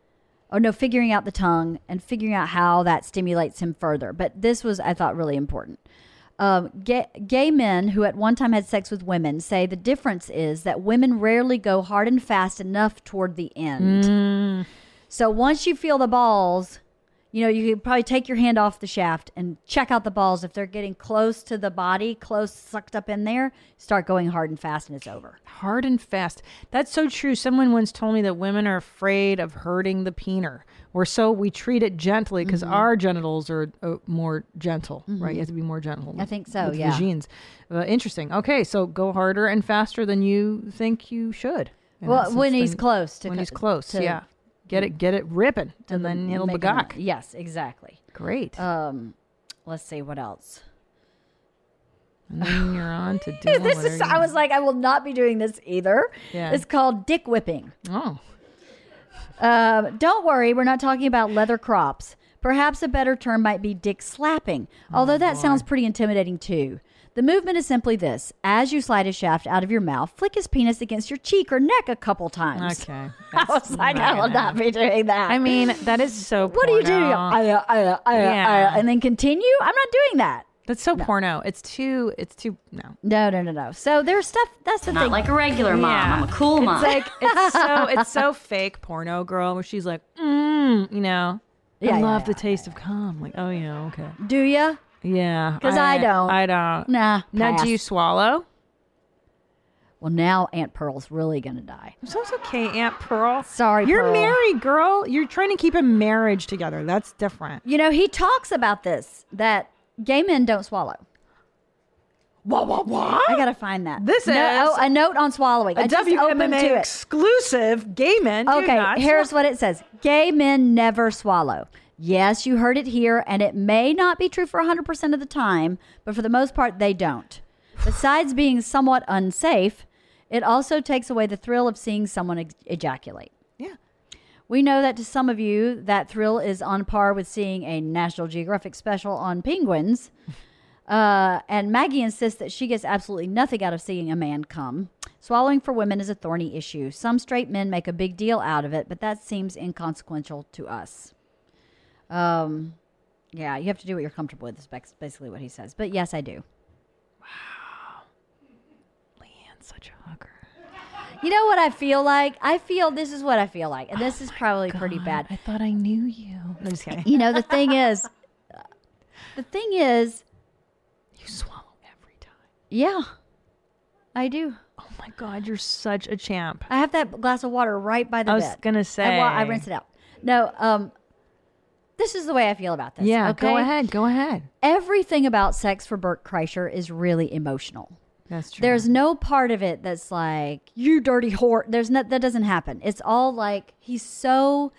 Speaker 6: or no, figuring out the tongue and figuring out how that stimulates him further. But this was, I thought, really important. Um, gay, gay men who at one time had sex with women say the difference is that women rarely go hard and fast enough toward the end. So once you feel the balls, you know, you could probably take your hand off the shaft and check out the balls. If they're getting close to the body, close, sucked up in there, start going hard and fast and it's over.
Speaker 3: Hard and fast. That's so true. Someone once told me that women are afraid of hurting the peener. We're so we treat it gently because our genitals are uh, more gentle, right? You have to be more gentle.
Speaker 6: I think so,
Speaker 3: with
Speaker 6: yeah.
Speaker 3: Vagines. Uh, interesting. Okay, so go harder and faster than you think you should. in
Speaker 6: Well,
Speaker 3: essence,
Speaker 6: when
Speaker 3: then-
Speaker 6: he's close to
Speaker 3: when
Speaker 6: co-
Speaker 3: he's close,
Speaker 6: to-
Speaker 3: yeah. Get it, get it ripping, and then it'll
Speaker 6: Make them-
Speaker 3: begock.
Speaker 6: Yes, exactly.
Speaker 3: Great.
Speaker 6: Um, let's see what else.
Speaker 3: and then you're on to do.
Speaker 6: This is, I was like, I will not be doing this either.
Speaker 3: Yeah.
Speaker 6: It's called dick whipping.
Speaker 3: Oh.
Speaker 6: Um, don't worry, we're not talking about leather crops. Perhaps a better term might be dick slapping,
Speaker 3: Oh,
Speaker 6: although that sounds pretty intimidating too. The movement is simply this as you slide his shaft out of your mouth, flick his penis against your cheek or neck a couple times.
Speaker 3: Okay.
Speaker 6: I was like, I will not be doing that.
Speaker 3: I mean, that is so.
Speaker 6: what do you do?
Speaker 3: porno.
Speaker 6: I, uh, I, uh, I, uh,
Speaker 3: Yeah.
Speaker 6: I, uh, and then continue? I'm not doing that.
Speaker 3: That's so porno. It's too. It's too. No.
Speaker 6: No, no, no, no. So there's stuff, that's the
Speaker 7: Not
Speaker 6: thing.
Speaker 7: like a regular mom.
Speaker 3: Yeah.
Speaker 7: I'm a cool mom.
Speaker 3: It's like it's so. It's so fake porno girl where she's like, mm, you know,
Speaker 6: Yeah,
Speaker 3: I
Speaker 6: yeah,
Speaker 3: love
Speaker 6: yeah,
Speaker 3: the taste of cum. Like, oh yeah, okay,
Speaker 6: do you?
Speaker 3: yeah.
Speaker 6: 'Cause I don't.
Speaker 3: I don't.
Speaker 6: Nah.
Speaker 3: Now,
Speaker 6: pass.
Speaker 3: do you swallow?
Speaker 6: Well, now Aunt Pearl's really going to die.
Speaker 3: So it's okay, Aunt Pearl.
Speaker 6: Sorry,
Speaker 3: you're
Speaker 6: Pearl.
Speaker 3: married, girl. You're trying to keep a marriage together. That's different.
Speaker 6: You know, he talks about this that gay men don't swallow.
Speaker 3: What? What? What?
Speaker 6: I gotta find that.
Speaker 3: Oh, This
Speaker 6: No-
Speaker 3: is-
Speaker 6: oh, a note on swallowing. I
Speaker 3: a
Speaker 6: just opened
Speaker 3: WMMA
Speaker 6: to it.
Speaker 3: exclusive. Gay men. do
Speaker 6: Okay,
Speaker 3: not
Speaker 6: here's what it says: Gay men never swallow. Yes, you heard it here, and it may not be true for 100% of the time, but for the most part, they don't. Besides being somewhat unsafe, it also takes away the thrill of seeing someone ej- ejaculate.
Speaker 3: Yeah.
Speaker 6: We know that to some of you, that thrill is on par with seeing a National Geographic special on penguins. Uh, and Maggie insists that she gets absolutely nothing out of seeing a man come. Swallowing for women is a thorny issue. Some straight men make a big deal out of it, but that seems inconsequential to us. Um, yeah, you have to do what you're comfortable with. Is bas- basically what he says. But yes, I do.
Speaker 3: Leanne's such a hooker.
Speaker 6: You know what I feel like? I feel this is what I feel like, and this
Speaker 3: Oh
Speaker 6: is probably pretty bad.
Speaker 3: I thought I knew you. I'm just kidding.
Speaker 6: You know, the thing is, the thing is,
Speaker 3: You swallow every time.
Speaker 6: yeah, I do.
Speaker 3: Oh my god, you're such a champ.
Speaker 6: I have that glass of water right by the
Speaker 3: I
Speaker 6: bed.
Speaker 3: was gonna
Speaker 6: I, well, I
Speaker 3: say.
Speaker 6: rinse it out. No, um, this is the way I feel about this.
Speaker 3: yeah,
Speaker 6: okay?
Speaker 3: go ahead, go ahead.
Speaker 6: Everything about sex for Bert Kreischer is really emotional.
Speaker 3: That's true.
Speaker 6: There's no part of it that's like you dirty whore. There's not that doesn't happen. It's all like he's so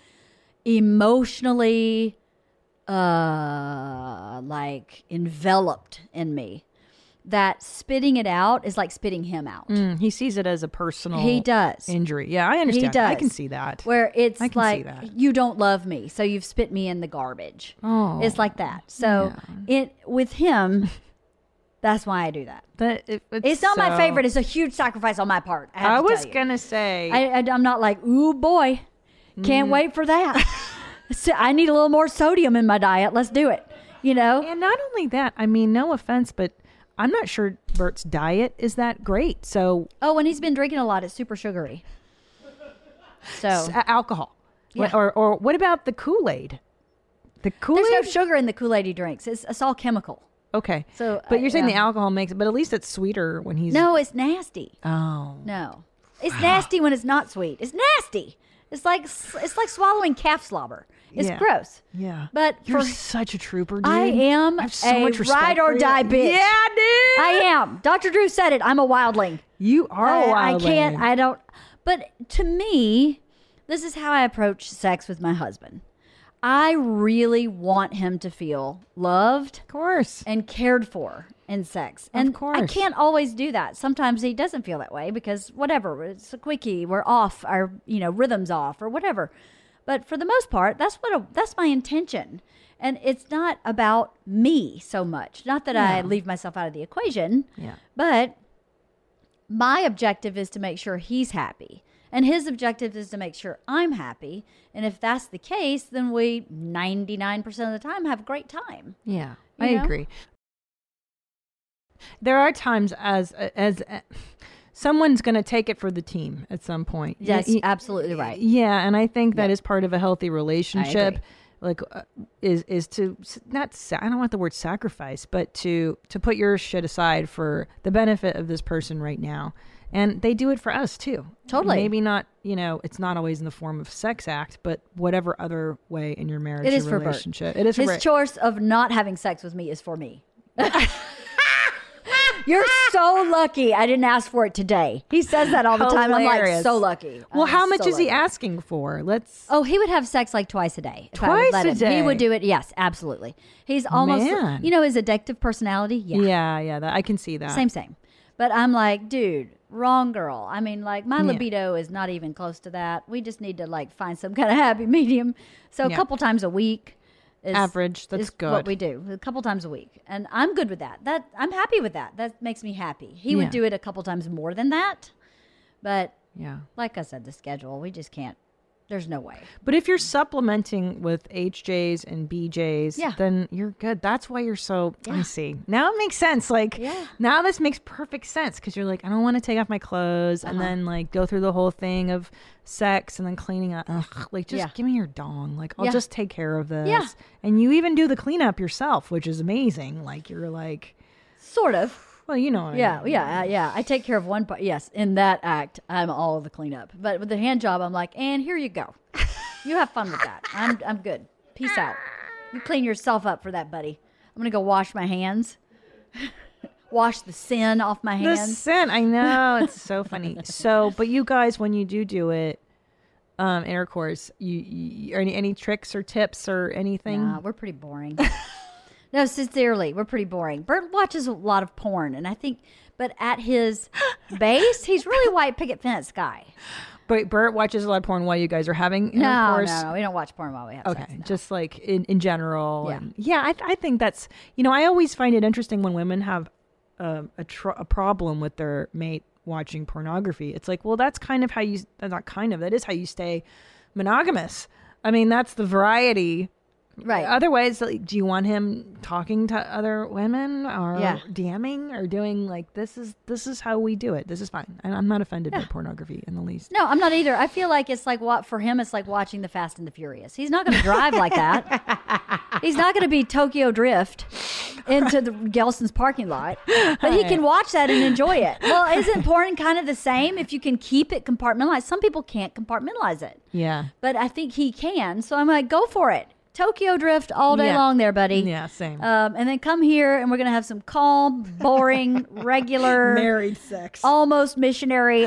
Speaker 6: emotionally uh like enveloped in me that spitting it out is like spitting him out.
Speaker 3: Mm, he sees it as a personal.
Speaker 6: He does.
Speaker 3: injury. Yeah, I understand.
Speaker 6: He does.
Speaker 3: I can see that.
Speaker 6: Where it's
Speaker 3: I can see
Speaker 6: like
Speaker 3: that.
Speaker 6: you don't love me, so you've spit me in the garbage.
Speaker 3: Oh.
Speaker 6: it's like that. So it with him, that's why I do that.
Speaker 3: That- it-
Speaker 6: It's not
Speaker 3: so-
Speaker 6: my favorite. It's a huge sacrifice on my part. I, have
Speaker 3: I
Speaker 6: to
Speaker 3: was
Speaker 6: tell you.
Speaker 3: gonna Mm-hmm. say.
Speaker 6: I, I, am not like, ooh boy, can't wait for that. so I need a little more sodium in my diet. Let's do it. You know,
Speaker 3: and not only that, I mean, no offense, but I'm not sure Bert's diet is that great. So
Speaker 6: Oh, and he's been drinking a lot. It's super sugary. So
Speaker 3: s- alcohol,
Speaker 6: Oh. Yeah.
Speaker 3: or or what about the Kool Aid? The
Speaker 6: There's no
Speaker 3: Kool-Aid?
Speaker 6: sugar in the Kool Aid he drinks. It's, it's all chemical.
Speaker 3: Okay.
Speaker 6: So,
Speaker 3: but
Speaker 6: uh,
Speaker 3: you're saying the
Speaker 6: yeah.
Speaker 3: alcohol makes it, but at least it's sweeter when he's
Speaker 6: No, it's nasty.
Speaker 3: Oh.
Speaker 6: No, it's nasty when it's not sweet. It's nasty. It's like it's like swallowing calf slobber. It's
Speaker 3: Yeah.
Speaker 6: gross.
Speaker 3: Yeah.
Speaker 6: But
Speaker 3: you're
Speaker 6: for
Speaker 3: such a trooper, dude.
Speaker 6: I am
Speaker 3: I have so
Speaker 6: a
Speaker 3: much respect
Speaker 6: ride or
Speaker 3: for you.
Speaker 6: die bitch.
Speaker 3: Yeah, dude.
Speaker 6: I am. Dr. Drew said it. I'm a wildling.
Speaker 3: You are a
Speaker 6: I- I
Speaker 3: wild
Speaker 6: can't.
Speaker 3: man.
Speaker 6: I don't. But to me, this is how I approach sex with my husband. I really want him to feel loved
Speaker 3: of course.
Speaker 6: and cared for in sex. And I
Speaker 3: course.
Speaker 6: can't always do that. Sometimes he doesn't feel that way because whatever, it's a quickie, we're off, our you know, rhythm's off or whatever. But for the most part, that's what a, that's my intention. And it's not about me so much. Not that I leave myself out of the equation.
Speaker 3: Yeah.
Speaker 6: But my objective is to make sure he's happy. And his objective is to make sure I'm happy. And if that's the case, then we 99% of the time have a great time.
Speaker 3: Yeah,
Speaker 6: You
Speaker 3: I
Speaker 6: know?
Speaker 3: agree. There are times as uh, as someone's going to take it for the team at some point. Y-
Speaker 6: That's
Speaker 3: y-
Speaker 6: absolutely right.
Speaker 3: Yeah, and I think that is part of a healthy relationship.
Speaker 6: agree.
Speaker 3: Like uh, is is to s- not sa- I don't want the word sacrifice, but to to put your shit aside for the benefit of this person right now. And they do it for us too.
Speaker 6: Totally.
Speaker 3: Maybe not, you know, it's not always in the form of sex act, but whatever other way in your marriage
Speaker 6: It
Speaker 3: or
Speaker 6: is for Bert.
Speaker 3: relationship. It is
Speaker 6: His
Speaker 3: for Bert.
Speaker 6: choice of not having sex with me is for me. You're so lucky I didn't ask for it today. He says that all the time. I'm like,
Speaker 3: Hilarious.
Speaker 6: so lucky.
Speaker 3: Well,
Speaker 6: I'm
Speaker 3: how much
Speaker 6: so
Speaker 3: is he
Speaker 6: lucky.
Speaker 3: asking for? Let's.
Speaker 6: Oh, he would have sex like twice a day. if I would
Speaker 3: Twice
Speaker 6: let
Speaker 3: a
Speaker 6: him.
Speaker 3: day?
Speaker 6: He would do it. Yes, absolutely. He's almost,
Speaker 3: Man.
Speaker 6: you know, his addictive personality.
Speaker 3: yeah, yeah, that, I can see that.
Speaker 6: Oh, Same, same. But I'm like, dude, wrong girl. I mean, like, my
Speaker 3: Yeah.
Speaker 6: libido is not even close to that. We just need to like find some kind of happy medium. So a
Speaker 3: Yeah.
Speaker 6: couple times a week. Is,
Speaker 3: Average, that's
Speaker 6: is What
Speaker 3: good.
Speaker 6: we do a couple times a week, and I'm good with that. That I'm happy with that. That makes me happy. He
Speaker 3: Yeah.
Speaker 6: would do it a couple times more than that, but
Speaker 3: Yeah.
Speaker 6: like I said, the schedule we just can't. There's no way.
Speaker 3: But if you're supplementing with HJs and BJs,
Speaker 6: Yeah.
Speaker 3: then you're good. That's why you're so. I see. Now it makes sense. Like,
Speaker 6: Yeah.
Speaker 3: now this makes perfect sense because you're like, I don't want to take off my clothes
Speaker 6: Uh-huh.
Speaker 3: and then like go through the whole thing of sex and then cleaning up. Ugh, like, just
Speaker 6: Yeah.
Speaker 3: give me your dong. Like, I'll
Speaker 6: Yeah.
Speaker 3: just take care of this.
Speaker 6: Yeah.
Speaker 3: And you even do the cleanup yourself, which is amazing. Like, you're like,
Speaker 6: Sort of.
Speaker 3: well, you know what I
Speaker 6: Yeah,
Speaker 3: mean.
Speaker 6: yeah, uh, yeah. I take care of one part. Yes, in that act, I'm all the cleanup. But with the hand job, I'm like, and here you go. You have fun with that. I'm, I'm good. Peace out. You clean yourself up for that, buddy. I'm gonna go wash my hands. wash the sin off my
Speaker 3: the
Speaker 6: hands.
Speaker 3: scent. I know it's so funny. So, but you guys, when you do do it, um, intercourse, you, you any any tricks or tips or anything?
Speaker 6: Nah, we're pretty boring. no, sincerely, we're pretty boring. Bert watches a lot of porn, and I think, but at his base, he's really white picket fence guy.
Speaker 3: But Bert watches a lot of porn while you guys are having
Speaker 6: No,
Speaker 3: intercourse.
Speaker 6: no, no, we don't watch porn while we have sex.
Speaker 3: Okay, just like in, in general.
Speaker 6: Yeah.
Speaker 3: and- yeah, I, th- I think that's, you know, I always find it interesting when women have um, a, tr- a problem with their mate watching pornography. It's like, well, that's kind of how you, that's not kind of, that is how you stay monogamous. I mean, that's the variety
Speaker 6: Right.
Speaker 3: Otherwise, like, do you want him talking to other women or
Speaker 6: Yeah.
Speaker 3: DMing or doing like this is this is how we do it? This is fine. And I'm not offended by pornography in the least.
Speaker 6: No, I'm not either. I feel like it's like what for him, it's like watching the Fast and the Furious. He's not going to drive like that. He's not going to be Tokyo Drift into the Gelson's parking lot, but he can watch that and enjoy it. Well, isn't porn kind of the same if you can keep it compartmentalized? Some people can't compartmentalize it,
Speaker 3: Yeah.
Speaker 6: but I think he can. So I'm like, go for it. Tokyo Drift all day
Speaker 3: Yeah.
Speaker 6: long, there, buddy.
Speaker 3: Yeah, same.
Speaker 6: Um, and then come here, and we're going to have some calm, boring, regular
Speaker 3: sex.
Speaker 6: almost missionary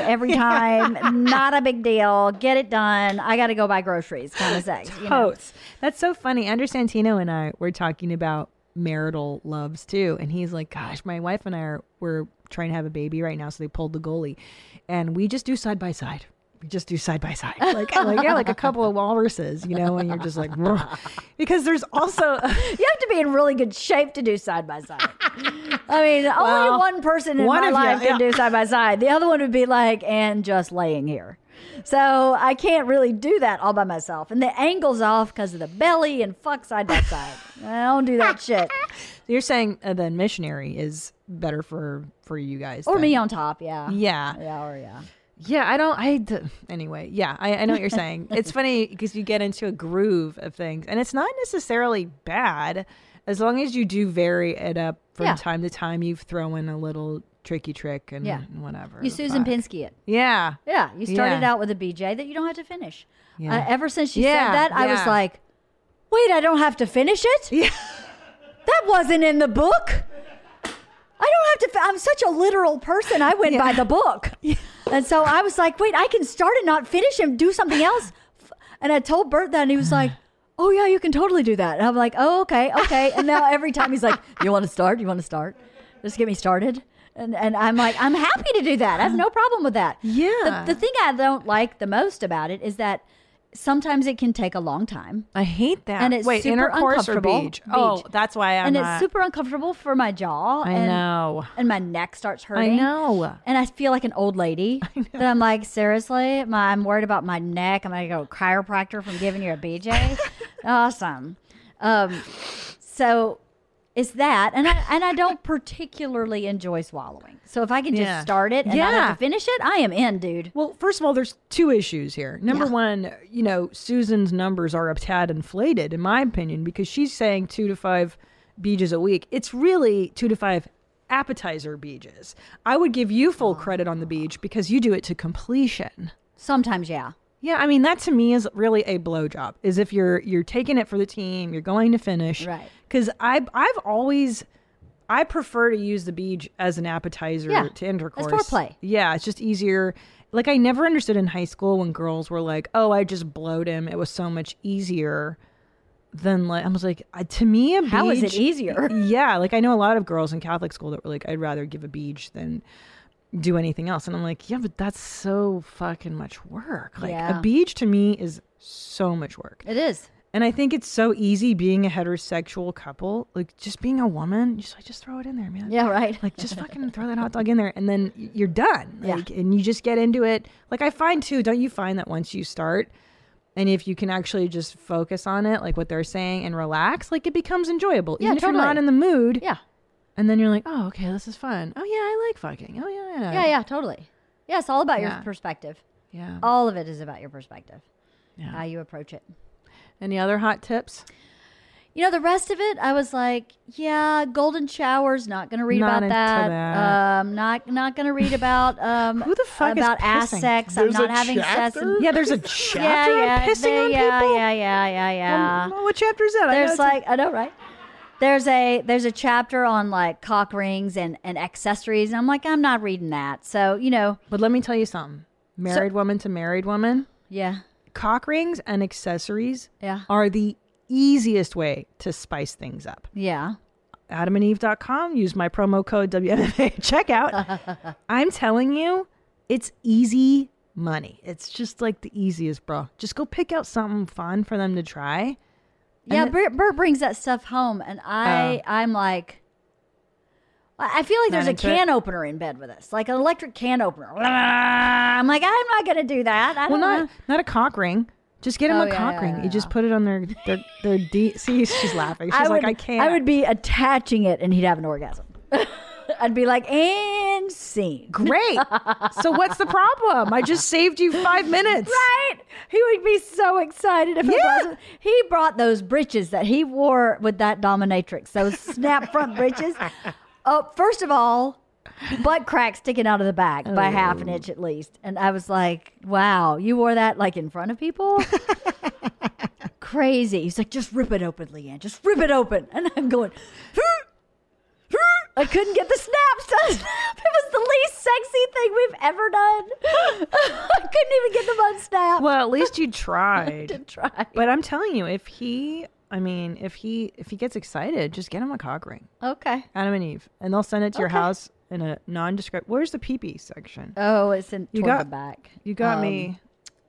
Speaker 6: every time. Not a big deal. Get it done. I got to go buy groceries. Kind of sex. You know?
Speaker 3: Totes. That's so funny. Andrew Santino and I were talking about marital loves too, and he's like, "Gosh, my wife and I are we're trying to have a baby right now, so they pulled the goalie, and we just do side by side." We just do side by side, like like yeah, like a couple of walruses, you know, and you're just like, "Bruh." because there's also
Speaker 6: You have to be in really good shape to do side by side. I mean, only
Speaker 3: Well,
Speaker 6: one person in
Speaker 3: one
Speaker 6: my
Speaker 3: of you,
Speaker 6: life can
Speaker 3: yeah.
Speaker 6: do side by side. The other one would be like, and just laying here. So I can't really do that all by myself. And the angle's off because of the belly and fuck side by side. I don't do that shit.
Speaker 3: You're saying uh, then missionary is better for for you guys
Speaker 6: Or
Speaker 3: than-
Speaker 6: me on top. Yeah.
Speaker 3: Yeah.
Speaker 6: Yeah. Or yeah.
Speaker 3: Yeah, I don't. I d- anyway. Yeah, I, I know what you're saying. it's funny because you get into a groove of things, and it's not necessarily bad as long as you do vary it up from
Speaker 6: Yeah.
Speaker 3: time to time. You throw in a little tricky trick and
Speaker 6: Yeah.
Speaker 3: whatever.
Speaker 6: You
Speaker 3: the
Speaker 6: Susan
Speaker 3: fuck.
Speaker 6: Pinsky it.
Speaker 3: Yeah.
Speaker 6: Yeah, you started
Speaker 3: Yeah.
Speaker 6: out with a BJ that you don't have to finish.
Speaker 3: Yeah.
Speaker 6: Uh, ever since you
Speaker 3: Yeah,
Speaker 6: said that, I was
Speaker 3: yeah.
Speaker 6: like, wait, I don't have to finish it?
Speaker 3: Yeah.
Speaker 6: That wasn't in the book. I don't have to. Fi- I'm such a literal person. I went by the book. And so I was like, wait, I can start and not finish and do something else. F- And I told Bert that, and he was like, oh, yeah, you can totally do that. And I'm like, oh, okay, okay. And now every time he's like, you want to start? You want to start? Just get me started. And, and I'm like, I'm happy to do that. I have no problem with that.
Speaker 3: Yeah.
Speaker 6: The, the thing I don't like the most about it is that sometimes it can take a long time.
Speaker 3: I hate that.
Speaker 6: And it's
Speaker 3: Wait,
Speaker 6: super
Speaker 3: intercourse or
Speaker 6: uncomfortable.
Speaker 3: beach? Oh,
Speaker 6: Beach.
Speaker 3: that's why I'm.
Speaker 6: and
Speaker 3: not-
Speaker 6: it's super uncomfortable for my jaw.
Speaker 3: I
Speaker 6: and,
Speaker 3: know.
Speaker 6: And my neck starts
Speaker 3: I
Speaker 6: hurting.
Speaker 3: know.
Speaker 6: And I feel like an old lady. That I'm like, seriously, my, I'm worried about my neck. I'm gonna go to chiropractor from giving you a BJ. awesome. Um, so it's that, and I and I don't particularly enjoy swallowing. So if I can just
Speaker 3: Yeah.
Speaker 6: start it and not have
Speaker 3: Yeah.
Speaker 6: to finish it, I am in, dude.
Speaker 3: Well, first of all, there's two issues here. Number
Speaker 6: Yeah.
Speaker 3: one, you know, Susan's numbers are a tad inflated, in my opinion, because she's saying two to five beaches a week. It's really two to five appetizer beaches. I would give you full credit on the beach because you do it to completion.
Speaker 6: Sometimes, yeah.
Speaker 3: Yeah, I mean that to me is really a blowjob. Is if you're you're taking it for the team, you're going to finish.
Speaker 6: Right.
Speaker 3: Because I I've always I prefer to use the beach as an appetizer
Speaker 6: Yeah,
Speaker 3: to
Speaker 6: as
Speaker 3: intercourse.
Speaker 6: foreplay.
Speaker 3: Yeah, it's just easier. Like I never understood in high school when girls were like, "Oh, I just blowed him. It was so much easier." Than like I was like I- to me a
Speaker 6: How is it
Speaker 3: beach-
Speaker 6: easier?
Speaker 3: Yeah, like I know a lot of girls in Catholic school that were like, "I'd rather give a beach than." do anything else. And I'm like, yeah, but that's so fucking much work. Like
Speaker 6: Yeah.
Speaker 3: a beach to me is so much work.
Speaker 6: It is.
Speaker 3: And I think it's so easy being a heterosexual couple, like just being a woman, just like just throw it in there, man.
Speaker 6: Yeah, right.
Speaker 3: Like just fucking throw that hot dog in there and then y- you're done.
Speaker 6: Yeah.
Speaker 3: Like and you just get into it. Like I find too, don't you find that once you start and if you can actually just focus on it, like what they're saying and relax, like it becomes enjoyable.
Speaker 6: Yeah,
Speaker 3: Even if you're
Speaker 6: totally.
Speaker 3: not in the mood.
Speaker 6: yeah.
Speaker 3: And then you're like, Oh, okay, this is fun. Oh yeah, I like fucking. Oh yeah, yeah.
Speaker 6: Yeah, Oh. yeah, totally. Yeah, it's all about
Speaker 3: Yeah.
Speaker 6: your perspective.
Speaker 3: Yeah.
Speaker 6: All of it is about your perspective,
Speaker 3: Yeah.
Speaker 6: how you approach it.
Speaker 3: Any other hot tips?
Speaker 6: You know, the rest of it, I was like, yeah, golden showers. Not gonna read
Speaker 3: Not
Speaker 6: about
Speaker 3: into
Speaker 6: that.
Speaker 3: that.
Speaker 6: Um, not not gonna read about um,
Speaker 3: Who the fuck is
Speaker 6: about ass
Speaker 3: pissing?
Speaker 6: sex.
Speaker 2: There's
Speaker 6: I'm not
Speaker 2: a
Speaker 6: having sex.
Speaker 2: chapter?
Speaker 6: And,
Speaker 3: Yeah, there's a chapter
Speaker 6: yeah,
Speaker 3: on
Speaker 6: yeah,
Speaker 3: pissing
Speaker 6: there-
Speaker 3: on
Speaker 6: yeah,
Speaker 3: people.
Speaker 6: yeah, yeah, yeah, yeah.
Speaker 3: Um, what chapter is that? I know
Speaker 6: there's
Speaker 3: it's a-
Speaker 6: like I know right. There's a there's a chapter on like cock rings and and accessories. And I'm like, I'm not reading that. So you know,
Speaker 3: but let me tell you something. Married woman to married woman,
Speaker 6: yeah,
Speaker 3: cock rings and accessories
Speaker 6: Yeah.
Speaker 3: are the easiest way to spice things up.
Speaker 6: yeah.
Speaker 3: AdamandEve.com. Use my promo code WMFA at checkout. I'm telling you, it's easy money. It's just like the easiest, bro. Just go pick out something fun for them to try.
Speaker 6: Yeah,
Speaker 3: And Oh.
Speaker 6: Bert, Bert brings that stuff home, and I, I'm like, I I feel like
Speaker 3: Not
Speaker 6: there's a
Speaker 3: into it?
Speaker 6: can opener in bed with us, like an electric can opener. I'm like, I'm not gonna do that. I
Speaker 3: Well,
Speaker 6: don't
Speaker 3: not
Speaker 6: know.
Speaker 3: not a cock ring. Just get him
Speaker 6: Uh-huh. Oh,
Speaker 3: a
Speaker 6: yeah,
Speaker 3: cock
Speaker 6: yeah,
Speaker 3: ring.
Speaker 6: yeah,
Speaker 3: You just put it on their their their D. See, she's laughing. She's
Speaker 6: I
Speaker 3: like,
Speaker 6: would,
Speaker 3: I can't.
Speaker 6: I would be attaching it, and he'd have an orgasm. I'd be like, and scene.
Speaker 3: great. so what's the problem? I just saved you five minutes.
Speaker 6: Right? He would be so excited if it
Speaker 3: Yeah.
Speaker 6: wasn't. He brought those breeches that he wore with that dominatrix, those snap front breeches. Oh, first of all, butt crack sticking out of the back by half an inch at least. And I was like, wow, you wore that like in front of people? Crazy. He's like, just rip it open, Leanne. Just rip it open. And I'm going, I couldn't get the snaps to snap. It was the least sexy thing we've ever done. I couldn't even get them on snap.
Speaker 3: Well, at least you tried.
Speaker 6: Try.
Speaker 3: but I'm telling you, if he, I mean, if he, if he gets excited, just get him a cock ring.
Speaker 6: Okay.
Speaker 3: Adam and Eve, and they'll send it to your
Speaker 6: Okay.
Speaker 3: house in a nondescript. Where's the pee pee section?
Speaker 6: Oh, it's in
Speaker 3: You
Speaker 6: toward
Speaker 3: got-
Speaker 6: the back.
Speaker 3: You got
Speaker 6: Um,
Speaker 3: me.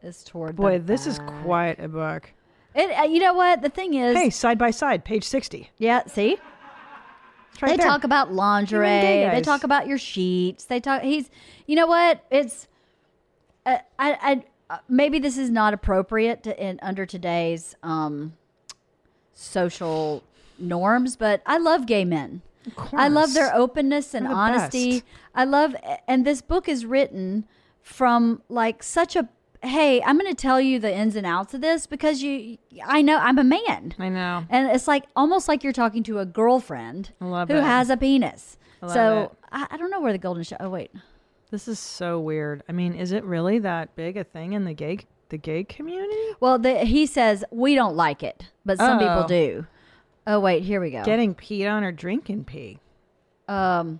Speaker 6: It's toward the
Speaker 3: Boy, this is
Speaker 6: back.
Speaker 3: quite a book.
Speaker 6: It, uh, you know what? The thing is,
Speaker 3: Hey, side by side, page sixty.
Speaker 6: yeah, see?
Speaker 3: It's right
Speaker 6: they
Speaker 3: there.
Speaker 6: talk about lingerie.
Speaker 3: Human gay
Speaker 6: They
Speaker 3: guys.
Speaker 6: talk about your sheets. They talk. He's. You know what? It's. Uh, I. I. Uh, maybe this is not appropriate to in under today's um, social norms, but I love gay men.
Speaker 3: Of
Speaker 6: I love
Speaker 3: course.
Speaker 6: their openness and
Speaker 3: They're the
Speaker 6: honesty.
Speaker 3: best.
Speaker 6: I love, and this book is written from like such a hey, I'm going to tell you the ins and outs of this because you I know I'm a man.
Speaker 3: I know.
Speaker 6: And it's like almost like you're talking to a girlfriend
Speaker 3: I love
Speaker 6: who
Speaker 3: it.
Speaker 6: has a penis.
Speaker 3: love
Speaker 6: so
Speaker 3: it.
Speaker 6: I, I don't know where the golden show. Oh wait,
Speaker 3: This is so weird. I mean, is it really that big a thing in the gay the gay community?
Speaker 6: well the, he says we don't like it, but some
Speaker 3: Oh.
Speaker 6: people do. Oh wait, here we go.
Speaker 3: Getting peed on or drinking pee?
Speaker 6: um,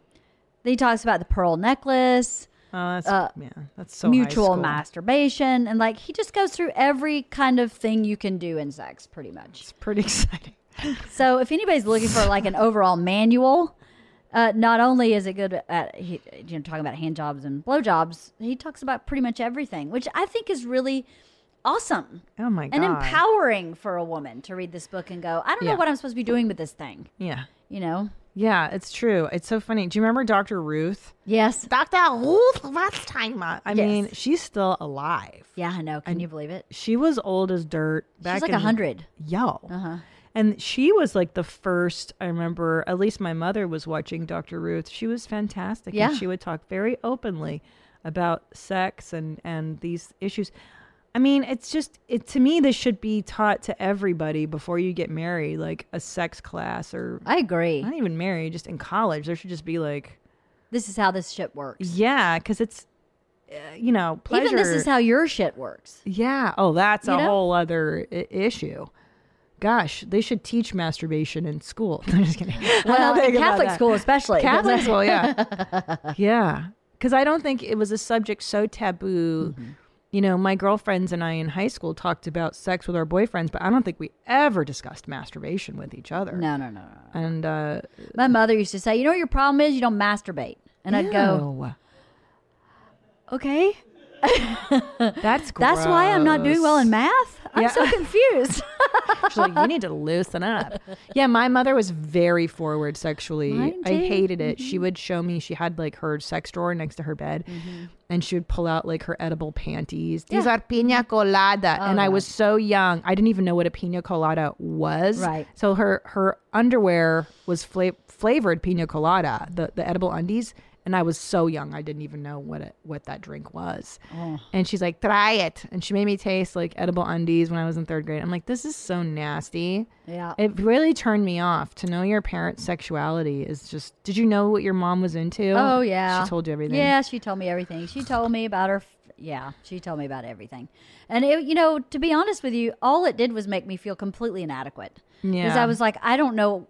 Speaker 6: he talks about the pearl necklace,
Speaker 3: Oh, that's
Speaker 6: Uh,
Speaker 3: yeah, that's so high
Speaker 6: mutual
Speaker 3: school.
Speaker 6: masturbation, and like he just goes through every kind of thing you can do in sex, pretty much.
Speaker 3: It's pretty exciting.
Speaker 6: So if anybody's looking for like an overall manual, uh, not only is it good at he, you know talking about hand jobs and blowjobs, he talks about pretty much everything, which I think is really awesome
Speaker 3: Oh my god.
Speaker 6: and empowering for a woman to read this book and go, I don't
Speaker 3: Yeah.
Speaker 6: know what I'm supposed to be doing with this thing,
Speaker 3: Yeah.
Speaker 6: you know?
Speaker 3: Yeah, it's true. It's so funny. Do you remember Dr. Ruth?
Speaker 6: Yes.
Speaker 3: Dr. Ruth Westenma. I
Speaker 6: Yes.
Speaker 3: mean, she's still alive.
Speaker 6: Yeah, I know. Can you believe it?
Speaker 3: She was old as dirt back
Speaker 6: She's like
Speaker 3: in
Speaker 6: a hundred.
Speaker 3: Yo.
Speaker 6: Uh-huh.
Speaker 3: And she was like the first, I remember, at least my mother was watching Dr. Ruth. She was fantastic.
Speaker 6: Yeah.
Speaker 3: And she would talk very openly about sex and, and these issues. I mean, it's just, it, to me, this should be taught to everybody before you get married, like a sex class or
Speaker 6: I agree.
Speaker 3: not even married, just in college. There should just be like,
Speaker 6: This is how this shit works.
Speaker 3: yeah, because it's, uh, you know, pleasure.
Speaker 6: Even this is how your shit works.
Speaker 3: Yeah. Oh, that's
Speaker 6: You
Speaker 3: a
Speaker 6: know?
Speaker 3: whole other I- issue. Gosh, they should teach masturbation in school. I'm just kidding.
Speaker 6: Well, in Catholic
Speaker 3: school.
Speaker 6: school especially.
Speaker 3: Catholic school, yeah. yeah. Because I don't think it was a subject so taboo.
Speaker 6: Mm-hmm.
Speaker 3: You know, my girlfriends and I in high school talked about sex with our boyfriends, but I don't think we ever discussed masturbation with each other.
Speaker 6: No, no, no, no.
Speaker 3: And uh,
Speaker 6: My mother used to say, "You know what your problem is? You don't masturbate." And I'd go,
Speaker 3: ew.
Speaker 6: "Okay,
Speaker 3: That's gross.
Speaker 6: that's why I'm not doing well in math. I'm
Speaker 3: Yeah.
Speaker 6: so confused."
Speaker 3: She's like, you need to loosen up. Yeah, my mother was very forward sexually.
Speaker 6: Mine
Speaker 3: I
Speaker 6: too. Mm-hmm.
Speaker 3: hated it. She would show me she had like her sex drawer next to her bed, and she would pull out like her edible panties. These
Speaker 6: Mm-hmm. Yeah. Oh,
Speaker 3: are pina colada, and I
Speaker 6: God.
Speaker 3: was so young, I didn't even know what a pina colada was.
Speaker 6: Right.
Speaker 3: So her her underwear was fla- flavored pina colada, the the edible undies. And I was so young, I didn't even know what it, what that drink was. And she's like, "Try it," and she made me taste like edible undies when I was in third grade. I'm like, "This is so nasty."
Speaker 6: Yeah.
Speaker 3: it really turned me off to know your parents' sexuality is just. Did you know what your mom was into?
Speaker 6: oh yeah,
Speaker 3: she told you everything.
Speaker 6: Yeah, she told me everything. She told me about her. F- yeah, she told me about everything. And it, you know, to be honest with you, all it did was make me feel completely inadequate. because
Speaker 3: Yeah.
Speaker 6: I was like, I don't know.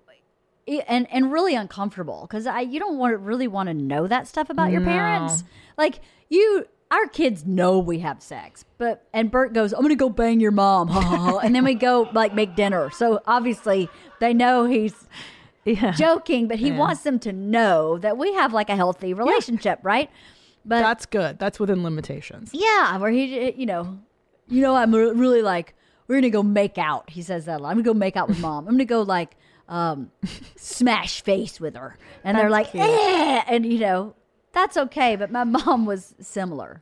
Speaker 6: it- And, and really uncomfortable because I you don't want to really want to know that stuff about your parents like you our kids know we have sex but and Bert goes I'm gonna go bang your mom ha, ha, ha," and then we go like make dinner so obviously they know he's
Speaker 3: yeah.
Speaker 6: joking but he wants them to know that we have like a healthy relationship right but
Speaker 3: That's good. That's within limitations.
Speaker 6: yeah, where he, you know, you know, I'm re- really like, we're gonna go make out. He says that a lot. I'm gonna go make out with mom. I'm gonna go like, um, smash face with her. And they're like, eh, and you know, that's okay. But my mom was similar.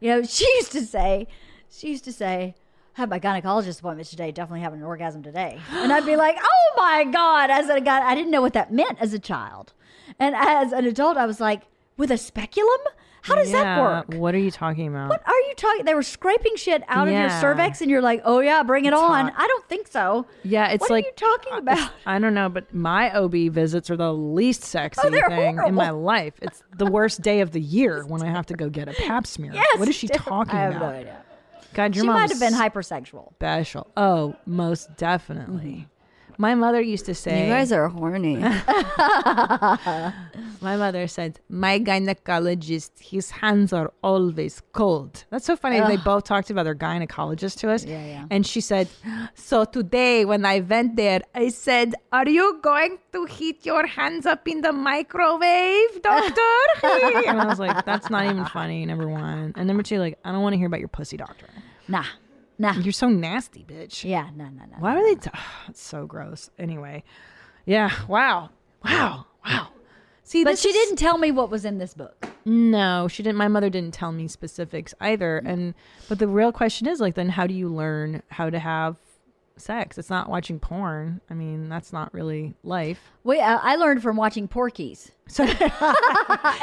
Speaker 6: You know, she used to say, she used to say, I had my gynecologist appointment today. Definitely having an orgasm today. And I'd be like, oh my God. As a guy, I didn't know what that meant as a child. And as an adult, I was like, with a speculum? How does that
Speaker 3: Yeah,
Speaker 6: work?
Speaker 3: What are you talking about?
Speaker 6: What are you talking? They were scraping shit out of your
Speaker 3: Yeah.
Speaker 6: cervix, and you're like, "Oh yeah, bring it on."
Speaker 3: hot.
Speaker 6: I don't think so.
Speaker 3: Yeah, it's
Speaker 6: What
Speaker 3: like
Speaker 6: are you talking
Speaker 3: I-
Speaker 6: about?
Speaker 3: I don't know, but my OB visits are the least sexy
Speaker 6: Oh, they're
Speaker 3: thing in my
Speaker 6: horrible.
Speaker 3: life. It's the worst day of the year when I have to go get a pap smear.
Speaker 6: Yes.
Speaker 3: what is she
Speaker 6: different-
Speaker 3: talking
Speaker 6: I have
Speaker 3: about?
Speaker 6: No idea.
Speaker 3: God, your
Speaker 6: She
Speaker 3: mom
Speaker 6: might
Speaker 3: was
Speaker 6: have been hypersexual.
Speaker 3: special. Oh, most definitely.
Speaker 6: Mm-hmm.
Speaker 3: My mother used to say.
Speaker 6: are horny.
Speaker 3: my mother said, "My gynecologist, his hands are always cold." That's so funny. They both talked about their gynecologist to us.
Speaker 6: Yeah, yeah.
Speaker 3: And she said, "So today, when I went there, I said, are you going to heat your hands up in the microwave, doctor?'" and I was like, "That's not even funny." Number one, and number two, like, I don't want to hear about your pussy doctor.
Speaker 6: nah, nah.
Speaker 3: You're so nasty, bitch.
Speaker 6: yeah, nah, nah, nah.
Speaker 3: Why were they? T- it's so gross. Anyway, yeah. Wow. Wow. Wow. See,
Speaker 6: But
Speaker 3: this
Speaker 6: she
Speaker 3: is-
Speaker 6: didn't tell me what was in this book.
Speaker 3: no, she didn't. My mother didn't tell me
Speaker 6: Mm.
Speaker 3: specifics either. And but the real question is like, then how do you learn how to have sex. It's not watching porn. I mean, that's not really life.
Speaker 6: We, uh, I learned from watching Porky's
Speaker 3: So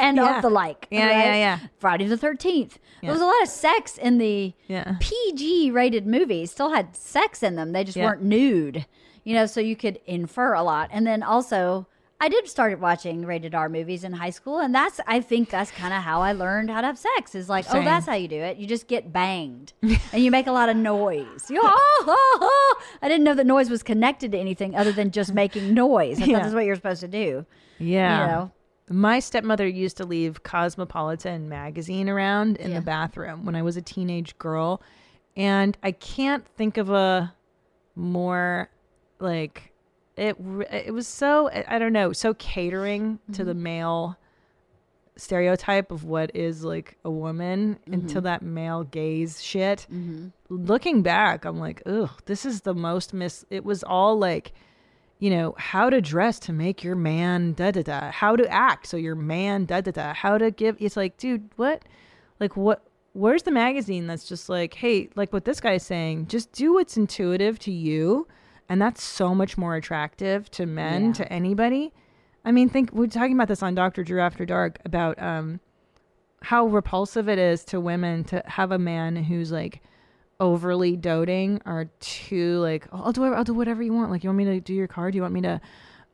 Speaker 6: and
Speaker 3: Yeah.
Speaker 6: of the like.
Speaker 3: Yeah, yeah, yeah.
Speaker 6: Friday the 13th.
Speaker 3: Yeah.
Speaker 6: There was a lot of sex in the
Speaker 3: Yeah.
Speaker 6: PG rated movies, still had sex in them. They just
Speaker 3: Yeah.
Speaker 6: weren't nude, you know, so you could infer a lot. And then also, I did start watching rated R movies in high school. And that's, I think that's kind of how I learned how to have sex is like,
Speaker 3: Same.
Speaker 6: oh, that's how you do it. You just get banged and you make a lot of noise. You, oh, oh, oh. I didn't know that noise was connected to anything other than just making noise. I thought
Speaker 3: Yeah.
Speaker 6: that's what you're supposed to do.
Speaker 3: Yeah.
Speaker 6: You know.
Speaker 3: My stepmother used to leave Cosmopolitan magazine around in
Speaker 6: Yeah.
Speaker 3: the bathroom when I was a teenage girl. And I can't think of a more like it re- it was so I I don't know, so catering to the male stereotype of what is like a woman until that male gaze shit. Looking back, I'm like, "Ugh, this is the most miss it was all like you know, how to dress to make your man da da da, how to act so your man da da da, how to give. It's like, dude, what? Like, what? Where's the magazine that's just like, hey, like what this guy's saying, just do what's intuitive to you. And that's so much more attractive to men, to anybody. I mean, think we we're talking about this on Dr. Drew After Dark about um, how repulsive it is to women to have a man who's like overly doting or too like oh, I'll do I'll do whatever you want. Like you want me to do your car? Do you want me to?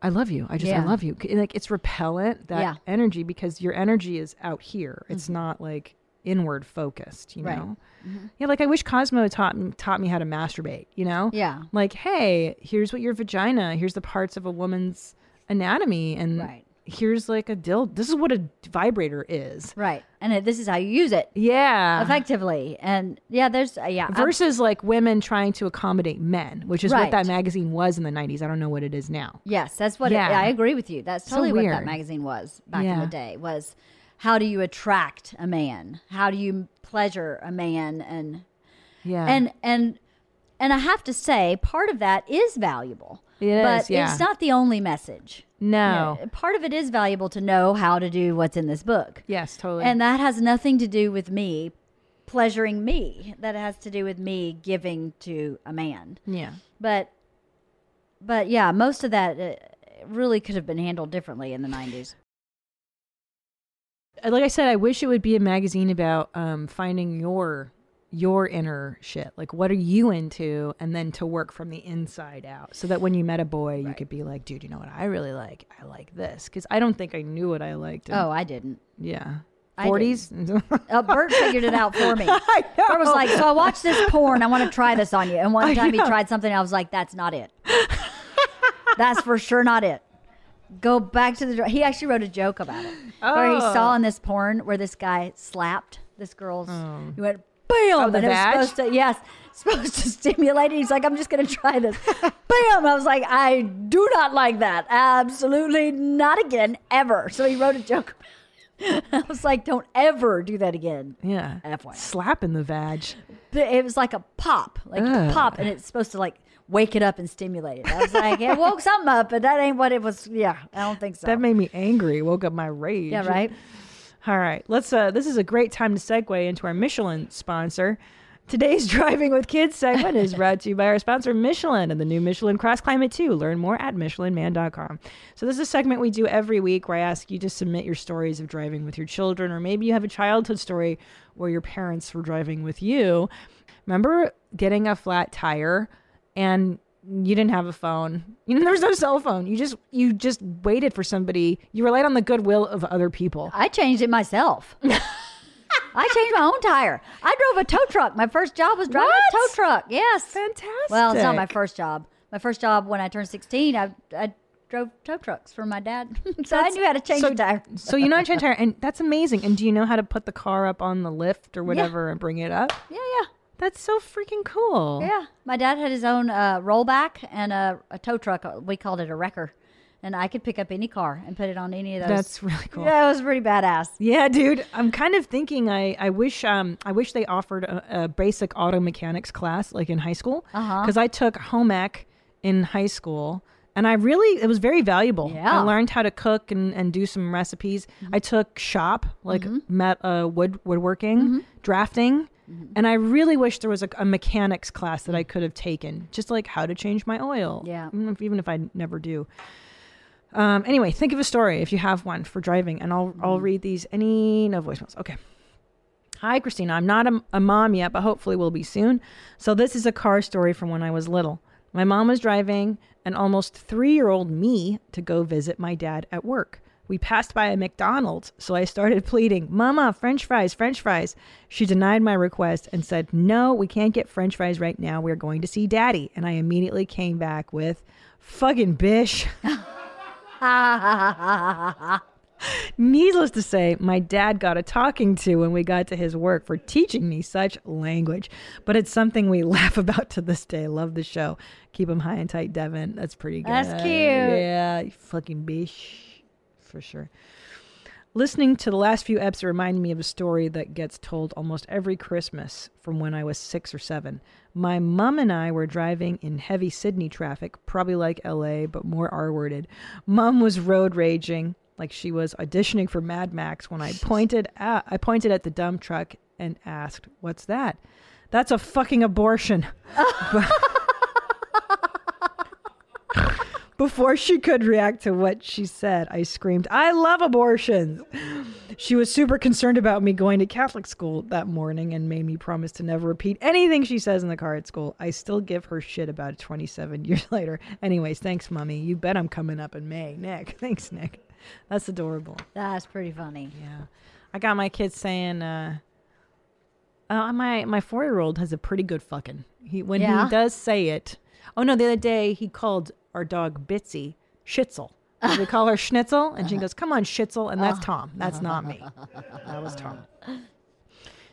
Speaker 3: I love you. I just I
Speaker 6: Yeah.
Speaker 3: love you. Like it's repellent that
Speaker 6: Yeah.
Speaker 3: energy because your energy is out here. It's not like inward focused. You
Speaker 6: Mm-hmm. Right. Mm-hmm.
Speaker 3: know. Yeah, like I wish Cosmo taught m- taught me how to masturbate. You know.
Speaker 6: Yeah.
Speaker 3: Like hey, here's what your vagina. Here's the parts of a woman's anatomy and.
Speaker 6: Right.
Speaker 3: Here's like a dill. This is what a vibrator is.
Speaker 6: Right. And it, this is how you use it.
Speaker 3: Yeah.
Speaker 6: effectively. And yeah, there's uh, yeah. I'm-
Speaker 3: versus like women trying to accommodate men, which is what
Speaker 6: Right.
Speaker 3: that magazine was in the 90s. I don't know what it is now.
Speaker 6: yes, that's what.
Speaker 3: Yeah.
Speaker 6: It, I agree with you. That's
Speaker 3: So
Speaker 6: totally what
Speaker 3: weird.
Speaker 6: that magazine was back in
Speaker 3: Yeah.
Speaker 6: the day. Was how do you attract a man? How do you pleasure a man? And
Speaker 3: Yeah.
Speaker 6: and and and I have to say, part of that is valuable.
Speaker 3: It
Speaker 6: but
Speaker 3: is, yeah.
Speaker 6: it's not the only message. You
Speaker 3: no.
Speaker 6: know, part of it is valuable to know how to do what's in this book.
Speaker 3: Yes, totally.
Speaker 6: And that has nothing to do with me pleasuring me. That has to do with me giving to a man.
Speaker 3: yeah.
Speaker 6: But but yeah, most of that uh, really could have been handled differently in the 90s.
Speaker 3: uh, Like I said, I wish it would be a magazine about um, finding your your inner shit. Like what are you into and then to work from the inside out so that when you met a boy, you could be like, "Dude, you know what I really like? I like this." Cuz I don't think I knew what I liked. in-
Speaker 6: Oh, I didn't.
Speaker 3: yeah.
Speaker 6: I
Speaker 3: 40s?
Speaker 6: Uh, Bert figured it out for me.
Speaker 3: I know.
Speaker 6: Bert was like, "So I watched this porn. I want to try this on you." And
Speaker 3: I
Speaker 6: one time he
Speaker 3: know.
Speaker 6: tried something, I was like, "That's not it. That's for sure not it." Go back to the. dra-" He actually wrote a joke about it, where he
Speaker 3: Oh.
Speaker 6: saw in this porn where this guy slapped this girl's. He went bam,
Speaker 3: Oh. the
Speaker 6: and it was
Speaker 3: vag?
Speaker 6: supposed to yes, supposed to stimulate. it. He's like, "I'm just gonna try this." bam! I was like, "I do not like that. Absolutely not again, ever." So he wrote a joke. about it. I was like, "Don't ever do that again."
Speaker 3: yeah.
Speaker 6: FYI.
Speaker 3: Slapping the vag.
Speaker 6: But it was like a pop, like
Speaker 3: Ugh.
Speaker 6: a pop, and it's supposed to like wake it up and stimulate it. I was like, it woke something up, but that ain't what it was. Yeah, I don't think so.
Speaker 3: That made me angry. Woke up my rage.
Speaker 6: yeah, right.
Speaker 3: All right. Let's uh this is a great time to segue into our Michelin sponsor. Today's Driving with Kids segment is brought to you by our sponsor Michelin and the new Michelin Cross Climate 2. Learn more at michelinman.com. So this is a segment we do every week where I ask you to submit your stories of driving with your children or maybe you have a childhood story where your parents were driving with you. Remember getting a flat tire and you didn't have a phone. You know, there was no cell phone. You just you just waited for somebody. You relied on the goodwill of other people.
Speaker 6: I changed it myself. I changed my own tire. I drove a tow truck. My first job was driving a
Speaker 3: What?
Speaker 6: tow truck. Yes.
Speaker 3: Fantastic.
Speaker 6: Well, it's not my first job. My first job when I turned 16, I, I drove tow trucks for my dad. so I
Speaker 3: That's-
Speaker 6: knew how to change
Speaker 3: so,
Speaker 6: a tire.
Speaker 3: so you know how to change a tire, and that's amazing. And do you know how to put the car up on the lift or whatever and bring it up?
Speaker 6: Yeah, yeah.
Speaker 3: That's so freaking cool.
Speaker 6: Yeah, my dad had his own uh, rollback and a, a tow truck. Uh, We called it a wrecker, and I could pick up any car and put it on any of those.
Speaker 3: That's really cool.
Speaker 6: yeah, it was pretty badass.
Speaker 3: Yeah, dude. I'm kind of thinking I, I wish um I wish they offered a, a basic auto mechanics class like in high school
Speaker 6: Uh-huh.
Speaker 3: because I took home ec in high school and I really it was very valuable. I
Speaker 6: Yeah.
Speaker 3: learned how to cook and, and do some recipes. I took shop like met uh, wood woodworking, drafting. And I really wish there was a, a mechanics class that I could have taken, just like how to change my oil.
Speaker 6: Yeah.
Speaker 3: Even if, even if I never do. Um, anyway, think of a story if you have one for driving, and I'll I'll read these. Any no voicemails? Okay. Hi, Christina. I'm not a, a mom yet, but hopefully will be soon. So, this is a car story from when I was little. My mom was driving an almost three year old me to go visit my dad at work. We passed by a McDonald's, so I started pleading, Mama, French fries, French fries. She denied my request and said, No, we can't get French fries right now. We're going to see daddy. And I immediately came back with, Fucking bish. Needless to say, my dad got a talking to when we got to his work for teaching me such language. But it's something we laugh about to this day. Love the show. Keep him high and tight, Devin. That's pretty good.
Speaker 6: That's cute.
Speaker 3: Yeah, you fucking bitch. For sure. Listening to the last few eps reminded me of a story that gets told almost every Christmas from when I was six or seven. My mom and I were driving in heavy Sydney traffic, probably like LA, but more R worded. Mom was road raging, like she was auditioning for Mad Max when I pointed at, I pointed at the dump truck and asked, What's that? That's a fucking abortion. Before she could react to what she said, I screamed, I love abortions. She was super concerned about me going to Catholic school that morning and made me promise to never repeat anything she says in the car at school. I still give her shit about it 27 years later. Anyways, thanks, Mommy. You bet I'm coming up in May. Nick. Thanks, Nick. That's adorable.
Speaker 6: That's pretty funny.
Speaker 3: Yeah. I got my kids saying, uh, uh, my my four year old has a pretty good fucking. He when
Speaker 6: Yeah.
Speaker 3: he does say it. Oh no, the other day he called our dog Bitsy Schitzel. We call her Schnitzel, and she goes, "Come on, Schitzel," and that's Tom. That's not me. That was Tom.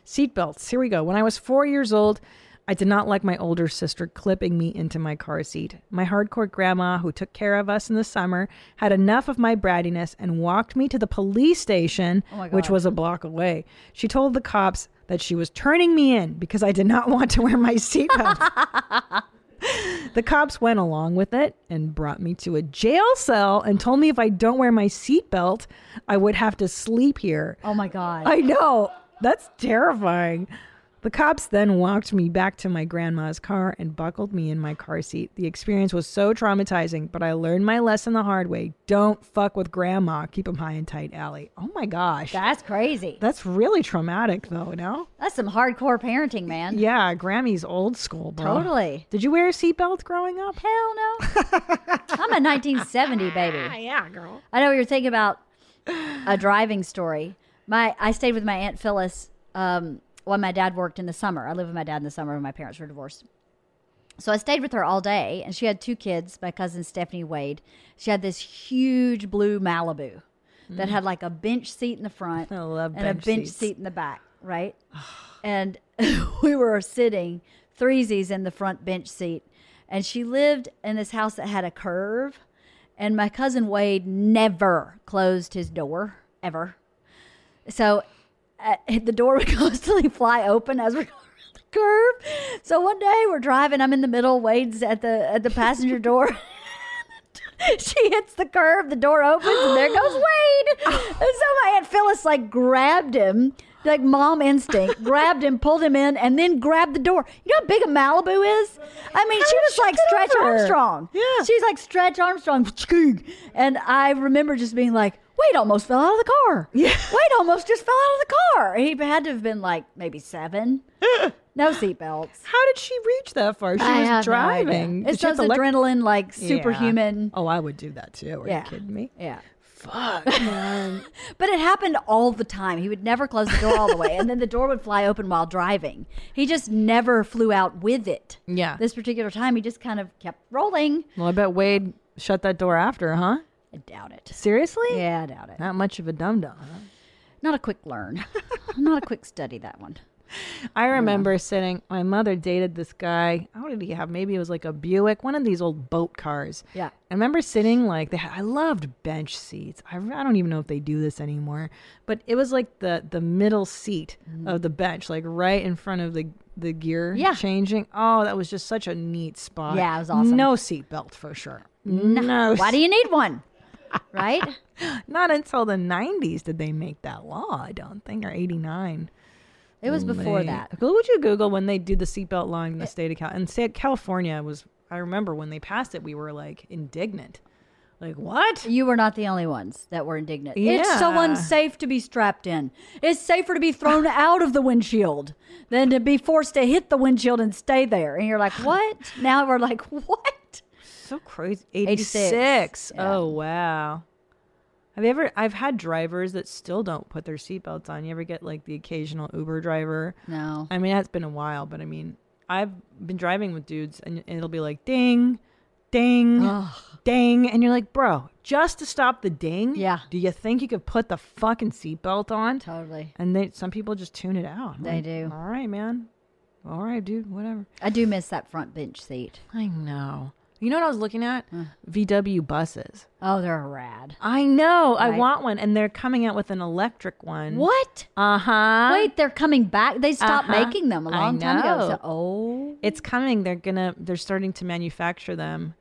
Speaker 3: Seatbelts. Here we go. When I was four years old, I did not like my older sister clipping me into my car seat. My hardcore grandma, who took care of us in the summer, had enough of my brattiness and walked me to the police station,
Speaker 6: Oh my
Speaker 3: which
Speaker 6: God.
Speaker 3: was a block away. She told the cops that she was turning me in because I did not want to wear my seatbelt. the cops went along with it and brought me to a jail cell and told me if I don't wear my seatbelt, I would have to sleep here.
Speaker 6: Oh my god.
Speaker 3: I know. That's terrifying. The cops then walked me back to my grandma's car and buckled me in my car seat. The experience was so traumatizing, but I learned my lesson the hard way. Don't fuck with grandma. Keep 'em high and tight, Allie. Oh my gosh.
Speaker 6: That's crazy.
Speaker 3: That's really traumatic, though, no?
Speaker 6: That's some hardcore parenting, man.
Speaker 3: Yeah, Grammy's old school, bro.
Speaker 6: Totally.
Speaker 3: Did you wear a seatbelt growing up?
Speaker 6: Hell no. I'm a 1970 baby.
Speaker 3: Yeah, girl.
Speaker 6: I know what you're thinking about a driving story. My I stayed with my aunt Phyllis um, when my dad worked in the summer. I lived with my dad in the summer when my parents were divorced. So I stayed with her all day, and she had two kids. My cousin Stephanie Wade. She had this huge blue Malibu that had like a bench seat in the front
Speaker 3: I love
Speaker 6: and
Speaker 3: bench
Speaker 6: a bench
Speaker 3: seats.
Speaker 6: seat in the back, right? and we were sitting threesies in the front bench seat, and she lived in this house that had a curve. And my cousin Wade never closed his door ever. So uh, the door would constantly fly open as we're going around the curve. So one day we're driving, I'm in the middle, Wade's at the at the passenger door. she hits the curve, the door opens, and there goes Wade. and so my aunt Phyllis like grabbed him, like mom instinct, grabbed him, pulled him in, and then grabbed the door. You know how big a Malibu is? I mean, she
Speaker 3: did
Speaker 6: was
Speaker 3: she
Speaker 6: like
Speaker 3: get
Speaker 6: Stretch
Speaker 3: over her?
Speaker 6: Armstrong.
Speaker 3: Yeah.
Speaker 6: she's like Stretch Armstrong, and I remember just being like. Wade almost fell out of the car.
Speaker 3: Yeah.
Speaker 6: Wade almost just fell out of the car. He had to have been like maybe seven. No seatbelts.
Speaker 3: How did she reach that far? She
Speaker 6: I have no idea.
Speaker 3: was driving.
Speaker 6: it's
Speaker 3: Did she have
Speaker 6: those
Speaker 3: to let-
Speaker 6: adrenaline, like
Speaker 3: Yeah.
Speaker 6: superhuman.
Speaker 3: Oh, I would do that too. Are
Speaker 6: Yeah.
Speaker 3: you kidding me?
Speaker 6: Yeah.
Speaker 3: Fuck, man.
Speaker 6: But it happened all the time. He would never close the door all the way. And then the door would fly open while driving. He just never flew out with it.
Speaker 3: Yeah.
Speaker 6: This particular time, he just kind of kept rolling.
Speaker 3: Well, I bet Wade shut that door after, huh?
Speaker 6: I doubt it.
Speaker 3: Seriously?
Speaker 6: Yeah, I doubt it.
Speaker 3: Not much of a dum dum.
Speaker 6: Not a quick learn. Not a quick study, that one.
Speaker 3: I remember sitting. My mother dated this guy. How did he have? Maybe it was like a Buick, one of these old boat cars.
Speaker 6: Yeah.
Speaker 3: I remember sitting like they had, I loved bench seats. I, I don't even know if they do this anymore, but it was like the the middle seat of the bench, like right in front of the the gear
Speaker 6: Yeah.
Speaker 3: changing. Oh, that was just such a neat spot.
Speaker 6: Yeah, it was awesome.
Speaker 3: No seat belt for sure. No.
Speaker 6: Why do you need one? Right?
Speaker 3: Not until the 90s did they make that law, I don't think, or 89.
Speaker 6: It was before
Speaker 3: Wait.
Speaker 6: that.
Speaker 3: What would you Google when they did the seatbelt law in the state of California? And state California was, I remember when they passed it, we were like indignant. Like, what?
Speaker 6: You were not the only ones that were indignant. It's so
Speaker 3: Yeah.
Speaker 6: unsafe to be strapped in. It's safer to be thrown out of the windshield than to be forced to hit the windshield and stay there. And you're like, what? now we're like, what?
Speaker 3: So crazy. 86.
Speaker 6: 86.
Speaker 3: Oh, wow. Have you ever, I've had drivers that still don't put their seatbelts on. You ever get like the occasional Uber driver?
Speaker 6: No.
Speaker 3: I mean, that's been a while, but I mean, I've been driving with dudes and it'll be like ding, ding, ding. And you're like, bro, just to stop the ding,
Speaker 6: Yeah.
Speaker 3: do you think you could put the fucking seatbelt on?
Speaker 6: Totally.
Speaker 3: And they, some people just tune it out. I'm
Speaker 6: They
Speaker 3: like,
Speaker 6: do.
Speaker 3: All right, man. All right, dude, whatever.
Speaker 6: I do miss that front bench seat.
Speaker 3: I know. You know what I was looking at? VW buses.
Speaker 6: Oh, they're rad.
Speaker 3: I know. I
Speaker 6: Right.
Speaker 3: want one. And they're coming out with an electric one.
Speaker 6: What?
Speaker 3: Uh huh.
Speaker 6: Wait, they're coming back. They stopped
Speaker 3: Uh-huh.
Speaker 6: making them a
Speaker 3: I
Speaker 6: long time ago.
Speaker 3: know.
Speaker 6: So, oh,
Speaker 3: It's coming. They're gonna. They're starting to manufacture them.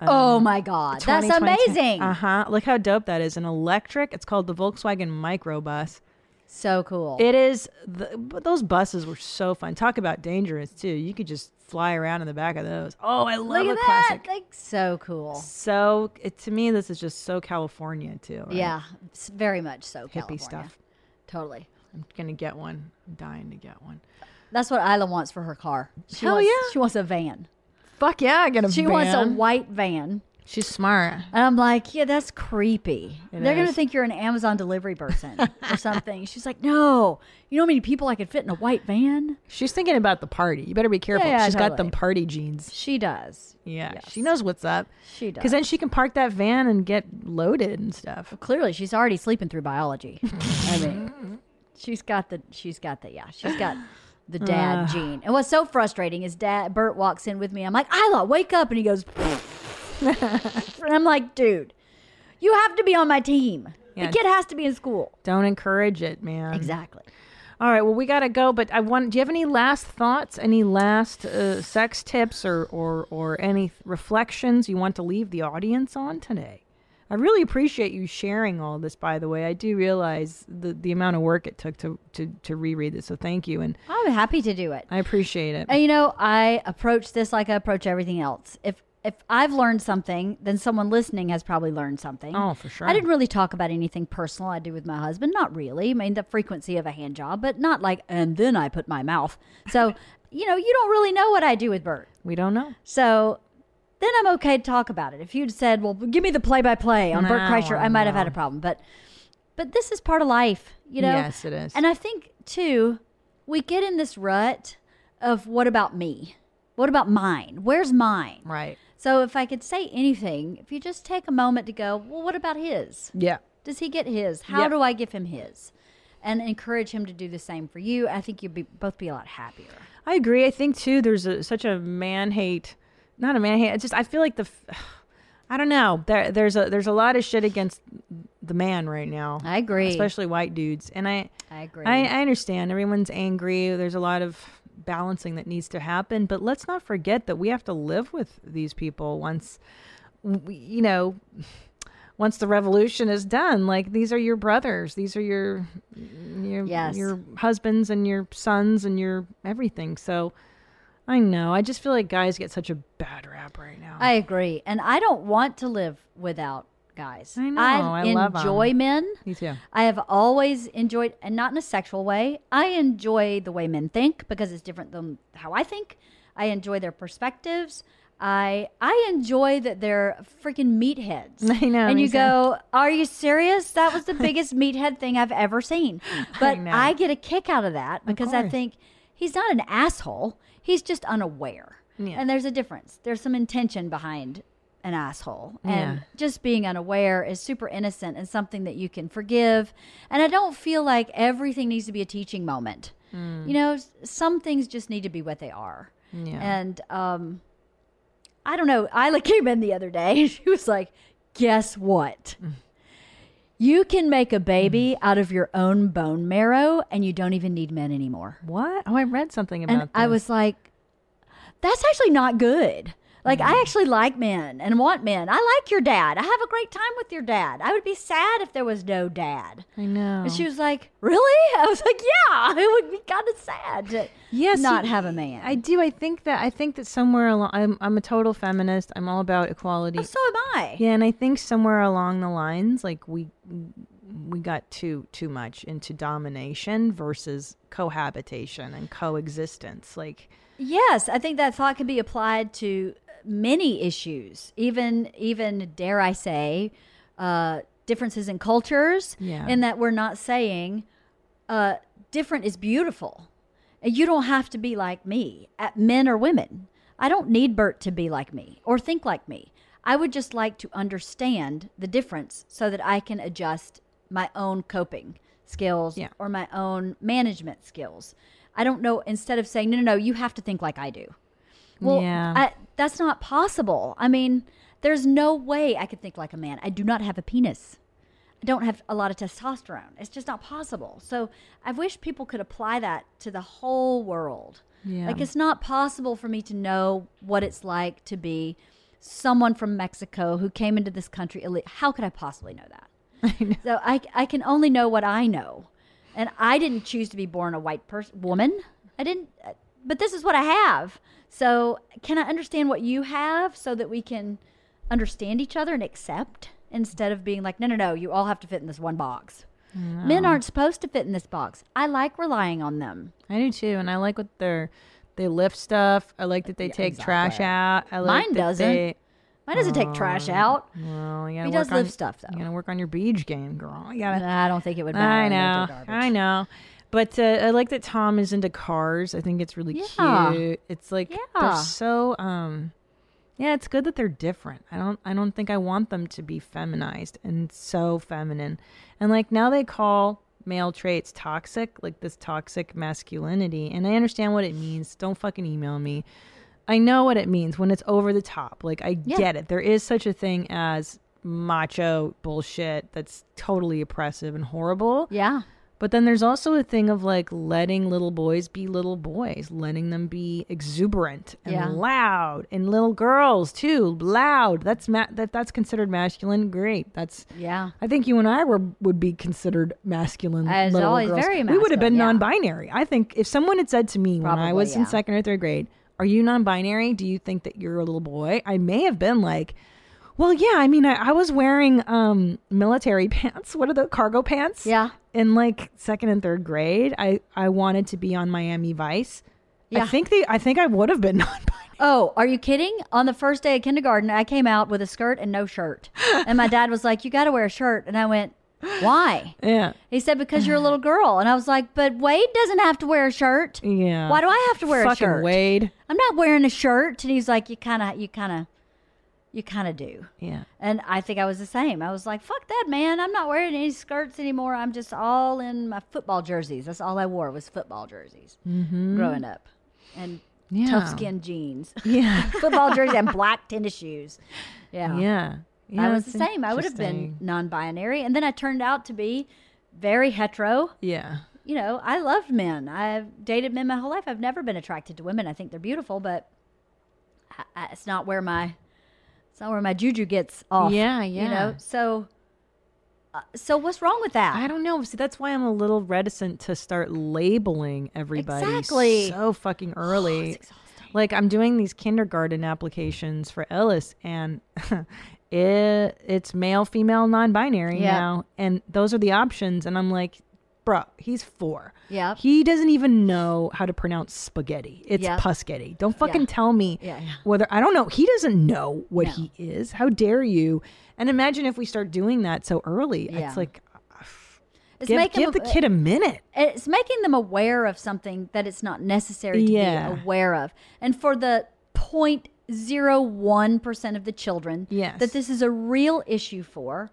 Speaker 6: oh my God, that's amazing!
Speaker 3: Uh huh. Look how dope that is. An electric. It's called the Volkswagen Microbus.
Speaker 6: So cool.
Speaker 3: It is. The, but those buses were so fun. Talk about dangerous too. You could just fly around in the back of those. Oh, I love
Speaker 6: Look
Speaker 3: a
Speaker 6: at that!
Speaker 3: classic.
Speaker 6: Like, so cool.
Speaker 3: So it, to me, this is just so California too. right?
Speaker 6: Yeah, it's very much so.
Speaker 3: Hippie
Speaker 6: California.
Speaker 3: stuff.
Speaker 6: Totally.
Speaker 3: I'm gonna get one. I'm dying to get one.
Speaker 6: That's what Isla wants for her car. She
Speaker 3: Hell
Speaker 6: wants,
Speaker 3: yeah.
Speaker 6: She wants a van.
Speaker 3: Fuck yeah, I get a.
Speaker 6: She wants a white van.
Speaker 3: She's smart.
Speaker 6: And I'm like, yeah, that's creepy.
Speaker 3: It
Speaker 6: They're gonna
Speaker 3: is.
Speaker 6: think you're an Amazon delivery person or something. She's like, no, you know how many people I could fit in a white van?
Speaker 3: She's thinking about the party. You better be careful. She's
Speaker 6: yeah,
Speaker 3: got
Speaker 6: totally.
Speaker 3: them party jeans.
Speaker 6: She does.
Speaker 3: Yeah,
Speaker 6: Yes.
Speaker 3: she knows what's up.
Speaker 6: She does.
Speaker 3: Because then she can park that van and get loaded and stuff.
Speaker 6: clearly she's already sleeping through biology. I mean, she's got the she's got the yeah she's got the dad gene. And what's so frustrating is dad Bert walks in with me. I'm like Isla, wake up, and he goes, and I'm like, dude, you have to be on my team.
Speaker 3: Yeah.
Speaker 6: The kid has to be in school.
Speaker 3: Don't encourage it, man.
Speaker 6: Exactly.
Speaker 3: All right, well, we got to go, but I want. Do you have any last thoughts? Any last uh, sex tips or or or any reflections you want to leave the audience on today? I really appreciate you sharing all this. By the way, I do realize the the amount of work it took to to to reread this, so thank you, and
Speaker 6: I'm happy to do it.
Speaker 3: I appreciate it.
Speaker 6: And you know, I approach this like I approach everything else. If if I've learned something, then someone listening has probably learned something.
Speaker 3: Oh, for sure.
Speaker 6: I didn't really talk about anything personal I do with my husband. Not really. I mean, the frequency of a hand job, but not like, and then I put my mouth. So, you know, you don't really know what I do with Bert.
Speaker 3: we don't know.
Speaker 6: So then I'm okay to talk about it. If you'd said, well, give me the play by play on Bert
Speaker 3: No,
Speaker 6: Kreischer, I might have
Speaker 3: no.
Speaker 6: had a problem. But but this is part of life, you know?
Speaker 3: Yes, it is.
Speaker 6: And I think too, we get in this rut of what about me? What about mine? Where's mine?
Speaker 3: Right.
Speaker 6: So if I could say anything, if you just take a moment to go, well, what about his?
Speaker 3: Yeah.
Speaker 6: Does he get his? How
Speaker 3: Yep.
Speaker 6: do I give him his? And encourage him to do the same for you. I think you'd be both be a lot happier.
Speaker 3: I agree. I think too. There's a, such a man hate, not a man hate. It's just I feel like the, f- I don't know. There, there's a there's a lot of shit against the man right now.
Speaker 6: I agree.
Speaker 3: especially white dudes. And I,
Speaker 6: I agree.
Speaker 3: I, I understand everyone's angry. There's a lot of balancing that needs to happen, but let's not forget that we have to live with these people once, we, you know. Once the revolution is done, like these are your brothers, these are your your
Speaker 6: Yes.
Speaker 3: your husbands and your sons and your everything. So I know. I just feel like guys get such a bad rap right now.
Speaker 6: I agree. And I don't want to live without guys.
Speaker 3: I know. I love 'em.
Speaker 6: enjoy men.
Speaker 3: Me too.
Speaker 6: I have always enjoyed, and not in a sexual way, I enjoy the way men think because it's different than how I think. I enjoy their perspectives. I I enjoy that they're freaking meatheads.
Speaker 3: I know,
Speaker 6: And
Speaker 3: me
Speaker 6: you
Speaker 3: too.
Speaker 6: go, are you serious? That was the biggest meathead thing I've ever seen. But
Speaker 3: know.
Speaker 6: I, get a kick out of that because I
Speaker 3: course.
Speaker 6: think he's not an asshole. He's just unaware.
Speaker 3: Yeah.
Speaker 6: And there's a difference. There's some intention behind an asshole. And
Speaker 3: Yeah.
Speaker 6: just being unaware is super innocent and something that you can forgive. And I don't feel like everything needs to be a teaching moment. You know, s- some things just need to be what they are.
Speaker 3: Hmm. Yeah.
Speaker 6: And um, I don't know. Isla came in the other day. She was like, Guess what?
Speaker 3: Mm.
Speaker 6: You can make a baby out of your own bone marrow and you don't even need men anymore.
Speaker 3: What? Oh, I read something about
Speaker 6: And I
Speaker 3: this.
Speaker 6: was like, that's actually not good. Like
Speaker 3: Mm.
Speaker 6: I actually like men and want men. I like your dad. I have a great time with your dad. I would be sad if there was no dad.
Speaker 3: I know.
Speaker 6: And she was like, "Really?" I was like, "Yeah, it would be kind of sad to
Speaker 3: Yes,
Speaker 6: not
Speaker 3: you-
Speaker 6: have a man."
Speaker 3: I do. I think that I think that somewhere along, I'm I'm a total feminist. I'm all about equality.
Speaker 6: so am I.
Speaker 3: Yeah, and I think somewhere along the lines, like we we got too too much into domination versus cohabitation and coexistence. Like
Speaker 6: Yes, I think that thought can be applied to many issues, even even dare I say, uh, differences in cultures.
Speaker 3: Yeah.
Speaker 6: In that we're not saying uh, different is beautiful. And You don't have to be like me, uh, men or women. I don't need Bert to be like me or think like me. I would just like to understand the difference so that I can adjust my own coping skills
Speaker 3: Yeah.
Speaker 6: or my own management skills. I don't know. Instead of saying, no, no, no, you have to think like I do. Well,
Speaker 3: Yeah.
Speaker 6: I, that's not possible. I mean, there's no way I could think like a man. I do not have a penis. I don't have a lot of testosterone. It's just not possible. So I wish people could apply that to the whole world.
Speaker 3: Yeah.
Speaker 6: Like it's not possible for me to know what it's like to be someone from Mexico who came into this country. illi- How could I possibly know that? So I, I can only know what I know. And I didn't choose to be born a white person woman. I didn't uh, but this is what I have. So can I understand what you have so that we can understand each other and accept instead of being like no no no you all have to fit in this one box. Men aren't supposed to fit in this box. I like relying on them.
Speaker 3: I do too, and I like what they're they lift stuff. I like that they take trash out. I like
Speaker 6: Mine
Speaker 3: that
Speaker 6: doesn't.
Speaker 3: They,
Speaker 6: Mine doesn't take
Speaker 3: Oh.
Speaker 6: trash out.
Speaker 3: well, you gotta
Speaker 6: He
Speaker 3: work
Speaker 6: does lift
Speaker 3: on-
Speaker 6: stuff, though.
Speaker 3: You gotta work on your beach game, girl. You gotta
Speaker 6: I don't think it would
Speaker 3: I
Speaker 6: matter.
Speaker 3: know.
Speaker 6: They're garbage.
Speaker 3: I know. But uh, I like that Tom is into cars. I think it's really
Speaker 6: Yeah.
Speaker 3: cute. It's like
Speaker 6: Yeah.
Speaker 3: they're so um yeah, it's good that they're different. I don't I don't think I want them to be feminized and so feminine. And like now they call male traits toxic, like this toxic masculinity, and I understand what it means. Don't fucking email me. I know what it means when it's over the top. Like I
Speaker 6: Yeah.
Speaker 3: get it. There is such a thing as macho bullshit that's totally oppressive and horrible.
Speaker 6: Yeah.
Speaker 3: But then there's also a thing of like letting little boys be little boys, letting them be exuberant and
Speaker 6: Yeah.
Speaker 3: loud, and little girls too loud. That's ma- that that's considered masculine. Great. That's
Speaker 6: Yeah.
Speaker 3: I think you and I were would be considered masculine.
Speaker 6: As
Speaker 3: little
Speaker 6: always,
Speaker 3: girls.
Speaker 6: very
Speaker 3: We would have been
Speaker 6: masculine, yeah.
Speaker 3: non-binary. I think if someone had said to me when I
Speaker 6: Probably,
Speaker 3: was in
Speaker 6: yeah.
Speaker 3: second or third grade, "Are you non-binary? Do you think that you're a little boy?" I may have been like. Well, yeah. I mean, I, I was wearing um, military pants. What are the cargo pants?
Speaker 6: Yeah.
Speaker 3: In like second and third grade, I I wanted to be on Miami Vice. I
Speaker 6: Yeah.
Speaker 3: think they. I think I would have been non-binary.
Speaker 6: Oh, are you kidding? On the first day of kindergarten, I came out with a skirt and no shirt. And my dad was like, You got to wear a shirt. And I went, Why?
Speaker 3: Yeah.
Speaker 6: He said, Because you're a little girl. And I was like, But Wade doesn't have to wear a shirt.
Speaker 3: Yeah.
Speaker 6: Why do I have to wear
Speaker 3: Fucking
Speaker 6: a shirt?
Speaker 3: Wade.
Speaker 6: I'm not wearing a shirt. And he's like, You kind of, you kind of, you kind of do.
Speaker 3: Yeah.
Speaker 6: And I think I was the same. I was like, fuck that, man. I'm not wearing any skirts anymore. I'm just all in my football jerseys. That's all I wore was football jerseys growing up. And
Speaker 3: Mm-hmm. Yeah.
Speaker 6: tough skin jeans,
Speaker 3: Yeah.
Speaker 6: football jerseys, and black tennis shoes. Yeah.
Speaker 3: Yeah.
Speaker 6: I
Speaker 3: Yeah,
Speaker 6: was the
Speaker 3: it's
Speaker 6: same. I would have been
Speaker 3: interesting.
Speaker 6: non binary. And then I turned out to be very hetero.
Speaker 3: Yeah.
Speaker 6: You know, I loved men. I've dated men my whole life. I've never been attracted to women. I think they're beautiful, but I, I, it's not where my. It's not where my juju gets off.
Speaker 3: Yeah,
Speaker 6: You
Speaker 3: yeah.
Speaker 6: know, so uh, so what's wrong with that?
Speaker 3: I don't know. See, that's why I'm a little reticent to start labeling everybody
Speaker 6: Exactly. Oh,
Speaker 3: so fucking early. like I'm doing these kindergarten applications for Ellis, and it it's male, female, non-binary
Speaker 6: Yeah.
Speaker 3: now, and those are the options. And I'm like, bruh, he's four.
Speaker 6: Yep.
Speaker 3: he doesn't even know how to pronounce spaghetti. It's
Speaker 6: Yep.
Speaker 3: pusgetti. Don't fucking tell me
Speaker 6: Yeah, yeah.
Speaker 3: whether I don't know. He doesn't know what
Speaker 6: No.
Speaker 3: he is. How dare you? And imagine if we start doing that so early.
Speaker 6: Yeah.
Speaker 3: It's like
Speaker 6: It's
Speaker 3: give,
Speaker 6: making
Speaker 3: give the
Speaker 6: them-
Speaker 3: kid a minute.
Speaker 6: it's making them aware of something that it's not necessary to
Speaker 3: Yeah.
Speaker 6: be aware of. And for the point zero one percent of the children
Speaker 3: Yes.
Speaker 6: that this is a real issue for,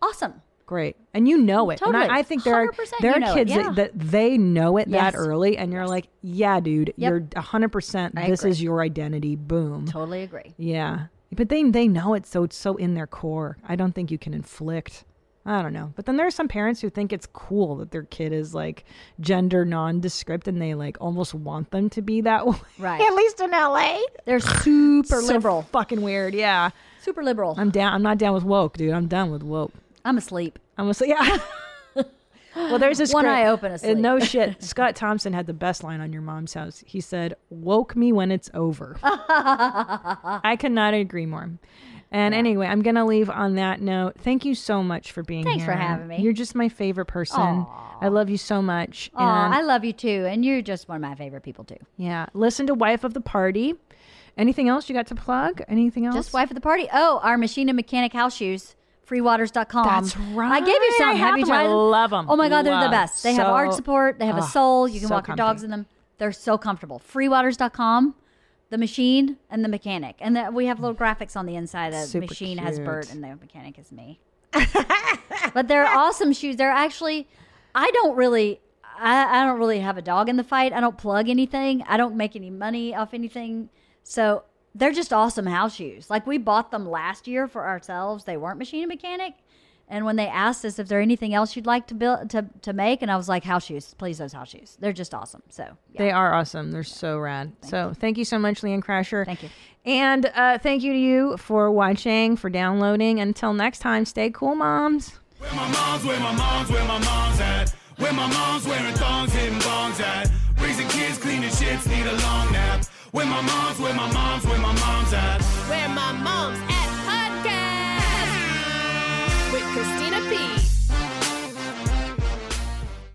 Speaker 6: awesome.
Speaker 3: Great, and you know it. And
Speaker 6: Totally.
Speaker 3: I, I think there are
Speaker 6: 100%
Speaker 3: there
Speaker 6: you
Speaker 3: are
Speaker 6: know it,
Speaker 3: kids
Speaker 6: yeah.
Speaker 3: that, that they know it
Speaker 6: Yes.
Speaker 3: that early, and you're like, yeah, dude, you're hundred percent.
Speaker 6: I
Speaker 3: This
Speaker 6: agree.
Speaker 3: is your identity. Boom.
Speaker 6: Totally agree.
Speaker 3: Yeah, but they they know it, so it's so in their core. I don't think you can inflict. I don't know. But then there are some parents who think it's cool that their kid is like gender nondescript and they like almost want them to be that way.
Speaker 6: Right.
Speaker 3: At least in LA.
Speaker 6: They're super
Speaker 3: So
Speaker 6: liberal.
Speaker 3: fucking weird. Yeah.
Speaker 6: Super liberal. I'm,
Speaker 3: I'm down. I'm not down with woke, dude. I'm down with woke.
Speaker 6: asleep.
Speaker 3: I'm gonna say, yeah. well, there's this
Speaker 6: One
Speaker 3: great-
Speaker 6: eye open
Speaker 3: uh,
Speaker 6: asleep.
Speaker 3: No shit. Scott Thompson had the best line on your mom's house. He said, "Woke me when it's over." I cannot agree more. And anyway, I'm gonna leave on that note. Thank you so much for being
Speaker 6: Thanks
Speaker 3: here.
Speaker 6: for having me.
Speaker 3: You're just my favorite person. I love you so much.
Speaker 6: Aw, I love you too, and you're just one of my favorite people too.
Speaker 3: yeah, listen to "Wife of the Party." Anything else you got to plug? Anything else?
Speaker 6: Just wife of the party. Oh, our machine and mechanic house shoes. Freewaters.com.
Speaker 3: That's
Speaker 6: I
Speaker 3: right.
Speaker 6: gave you some.
Speaker 3: I have
Speaker 6: you
Speaker 3: them. I
Speaker 6: tried them?
Speaker 3: love 'em.
Speaker 6: Oh my God, they're the
Speaker 3: Love.
Speaker 6: best. They have
Speaker 3: So-
Speaker 6: arch support. They have a
Speaker 3: Ugh,
Speaker 6: sole. You can
Speaker 3: so
Speaker 6: walk your dogs
Speaker 3: comfy.
Speaker 6: in them. They're so comfortable. Freewaters.com, the machine, and the mechanic. And the, we have little graphics on the inside. The
Speaker 3: Mm. Super
Speaker 6: machine has
Speaker 3: cute.
Speaker 6: Bert, and the mechanic is me. but they're awesome shoes. They're actually, I don't really. I, I don't really have a dog in the fight. I don't plug anything. I don't make any money off anything. So they're just awesome house shoes. Like we bought them last year for ourselves. They weren't machine and mechanic. And when they asked us if there anything else you'd like to build to, to make, and I was like, house shoes, please those house shoes. They're just awesome. So yeah.
Speaker 3: They are awesome. They're so rad. so thank you so much, Leanne Crasher.
Speaker 6: Thank you.
Speaker 3: And uh, thank you to you for watching, for downloading. Until next time, stay cool, moms.
Speaker 4: Where my mom's, where my mom's, where my mom's at. Where my mom's wearing thongs, hitting bongs at. Raising kids, cleaning shits, need a long nap. Where my mom's, where my mom's, where my mom's at.
Speaker 5: Where my mom's at podcast with Christina P.